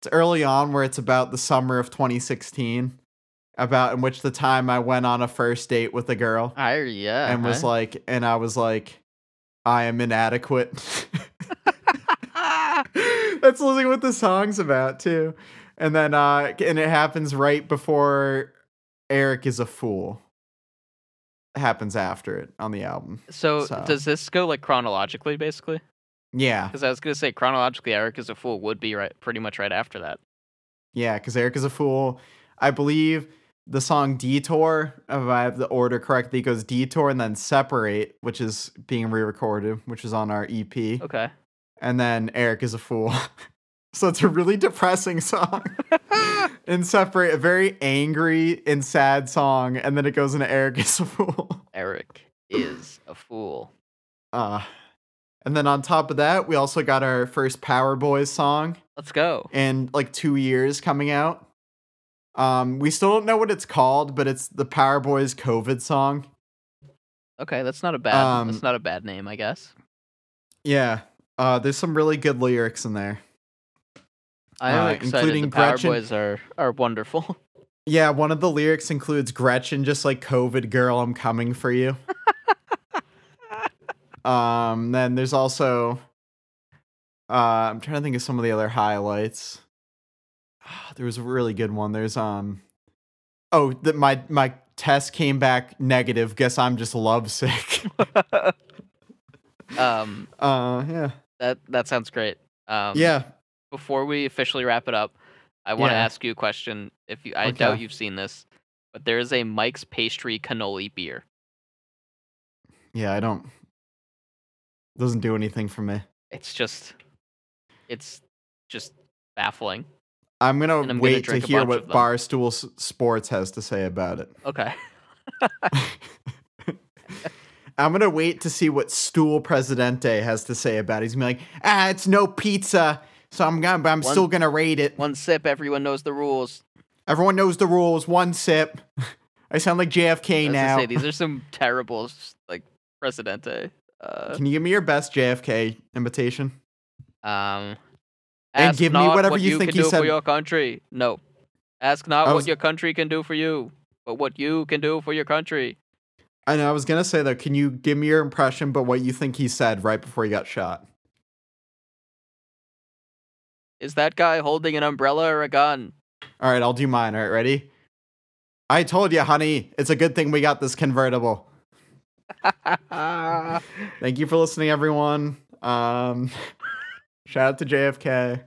S1: it's early on where it's about the summer of 2016 about in which the time i went on a first date with a girl
S2: I yeah.
S1: and was like and i was like i am inadequate
S2: like.
S1: that's literally what the song's about too and then uh and it happens right before eric is a fool happens after it on the album
S2: so,
S1: So.
S2: does this go like chronologically, basically?
S1: yeah
S2: Because I was gonna say chronologically, Eric is a fool would be right, pretty much right after that.
S1: Yeah, because Eric is a fool. I believe the song Detour, if I have the order correctly, goes Detour and then Separate, which is being re recorded, which is on our EP.
S2: Okay.
S1: And then Eric is a fool. so it's a really depressing song. and Separate, a very angry and sad song. And then it goes into Eric is a fool.
S2: Eric is a fool.
S1: Uh, and then on top of that, we also got our first Power Boys song.
S2: Let's go.
S1: in like two years coming out. Um, we still don't know what it's called, but it's the Power Boys COVID song.
S2: Okay, that's not a bad.
S1: Um,
S2: that's not a bad name, I guess.
S1: Yeah, uh, there's some really good lyrics in there.
S2: I am
S1: uh,
S2: excited.
S1: including
S2: the Power
S1: Gretchen-
S2: Boys are are wonderful.
S1: Yeah, one of the lyrics includes Gretchen, just like COVID girl, I'm coming for you. um, then there's also, uh, I'm trying to think of some of the other highlights. Ah, There was a really good one. There's um, oh, that my my test came back negative. Guess I'm just lovesick.
S2: um,
S1: Uh, yeah.
S2: that that sounds great. Um,
S1: yeah.
S2: Before we officially wrap it up, I want to
S1: Yeah.
S2: ask you a question. If you, I doubt
S1: Okay.
S2: you've seen this, but there is a Mike's Pastry Cannoli beer.
S1: Yeah, I don't. Doesn't do anything for me.
S2: It's just, it's just baffling.
S1: I'm gonna
S2: And I'm gonna
S1: wait
S2: drink
S1: to
S2: a
S1: hear
S2: bunch
S1: what
S2: of them.
S1: Barstool S- Sports has to say about it.
S2: Okay.
S1: I'm gonna wait to see what Stool Presidente has to say about it. He's gonna be like, ah, it's no pizza, so I'm gonna, but I'm
S2: One-
S1: still gonna rate it.
S2: One sip, everyone knows the rules.
S1: Everyone knows the rules. One sip. I sound like JFK
S2: I was gonna
S1: now.
S2: say, these are some terrible, s- like Presidente. Uh,
S1: Can you give me your best JFK imitation?
S2: um,
S1: And
S2: ask
S1: give me
S2: not
S1: whatever
S2: what
S1: you
S2: you
S1: think
S2: can
S1: he
S2: do
S1: said.
S2: for your country. No, ask not
S1: I
S2: what
S1: was-
S2: your country can do for you, but what you can do for your country.
S1: I know I was gonna say though, can you give me your impression but what you think he said right before he got shot?
S2: Is that guy holding an umbrella or a gun?
S1: Alright, I'll do mine. Alright, ready? I told you, honey, it's a good thing we got this convertible. Thank you for listening, everyone. Um shout out to JFK.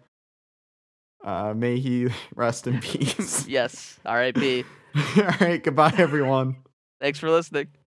S1: Uh may he rest in peace.
S2: yes. R.I.P.
S1: Alright, goodbye everyone.
S2: Thanks for listening.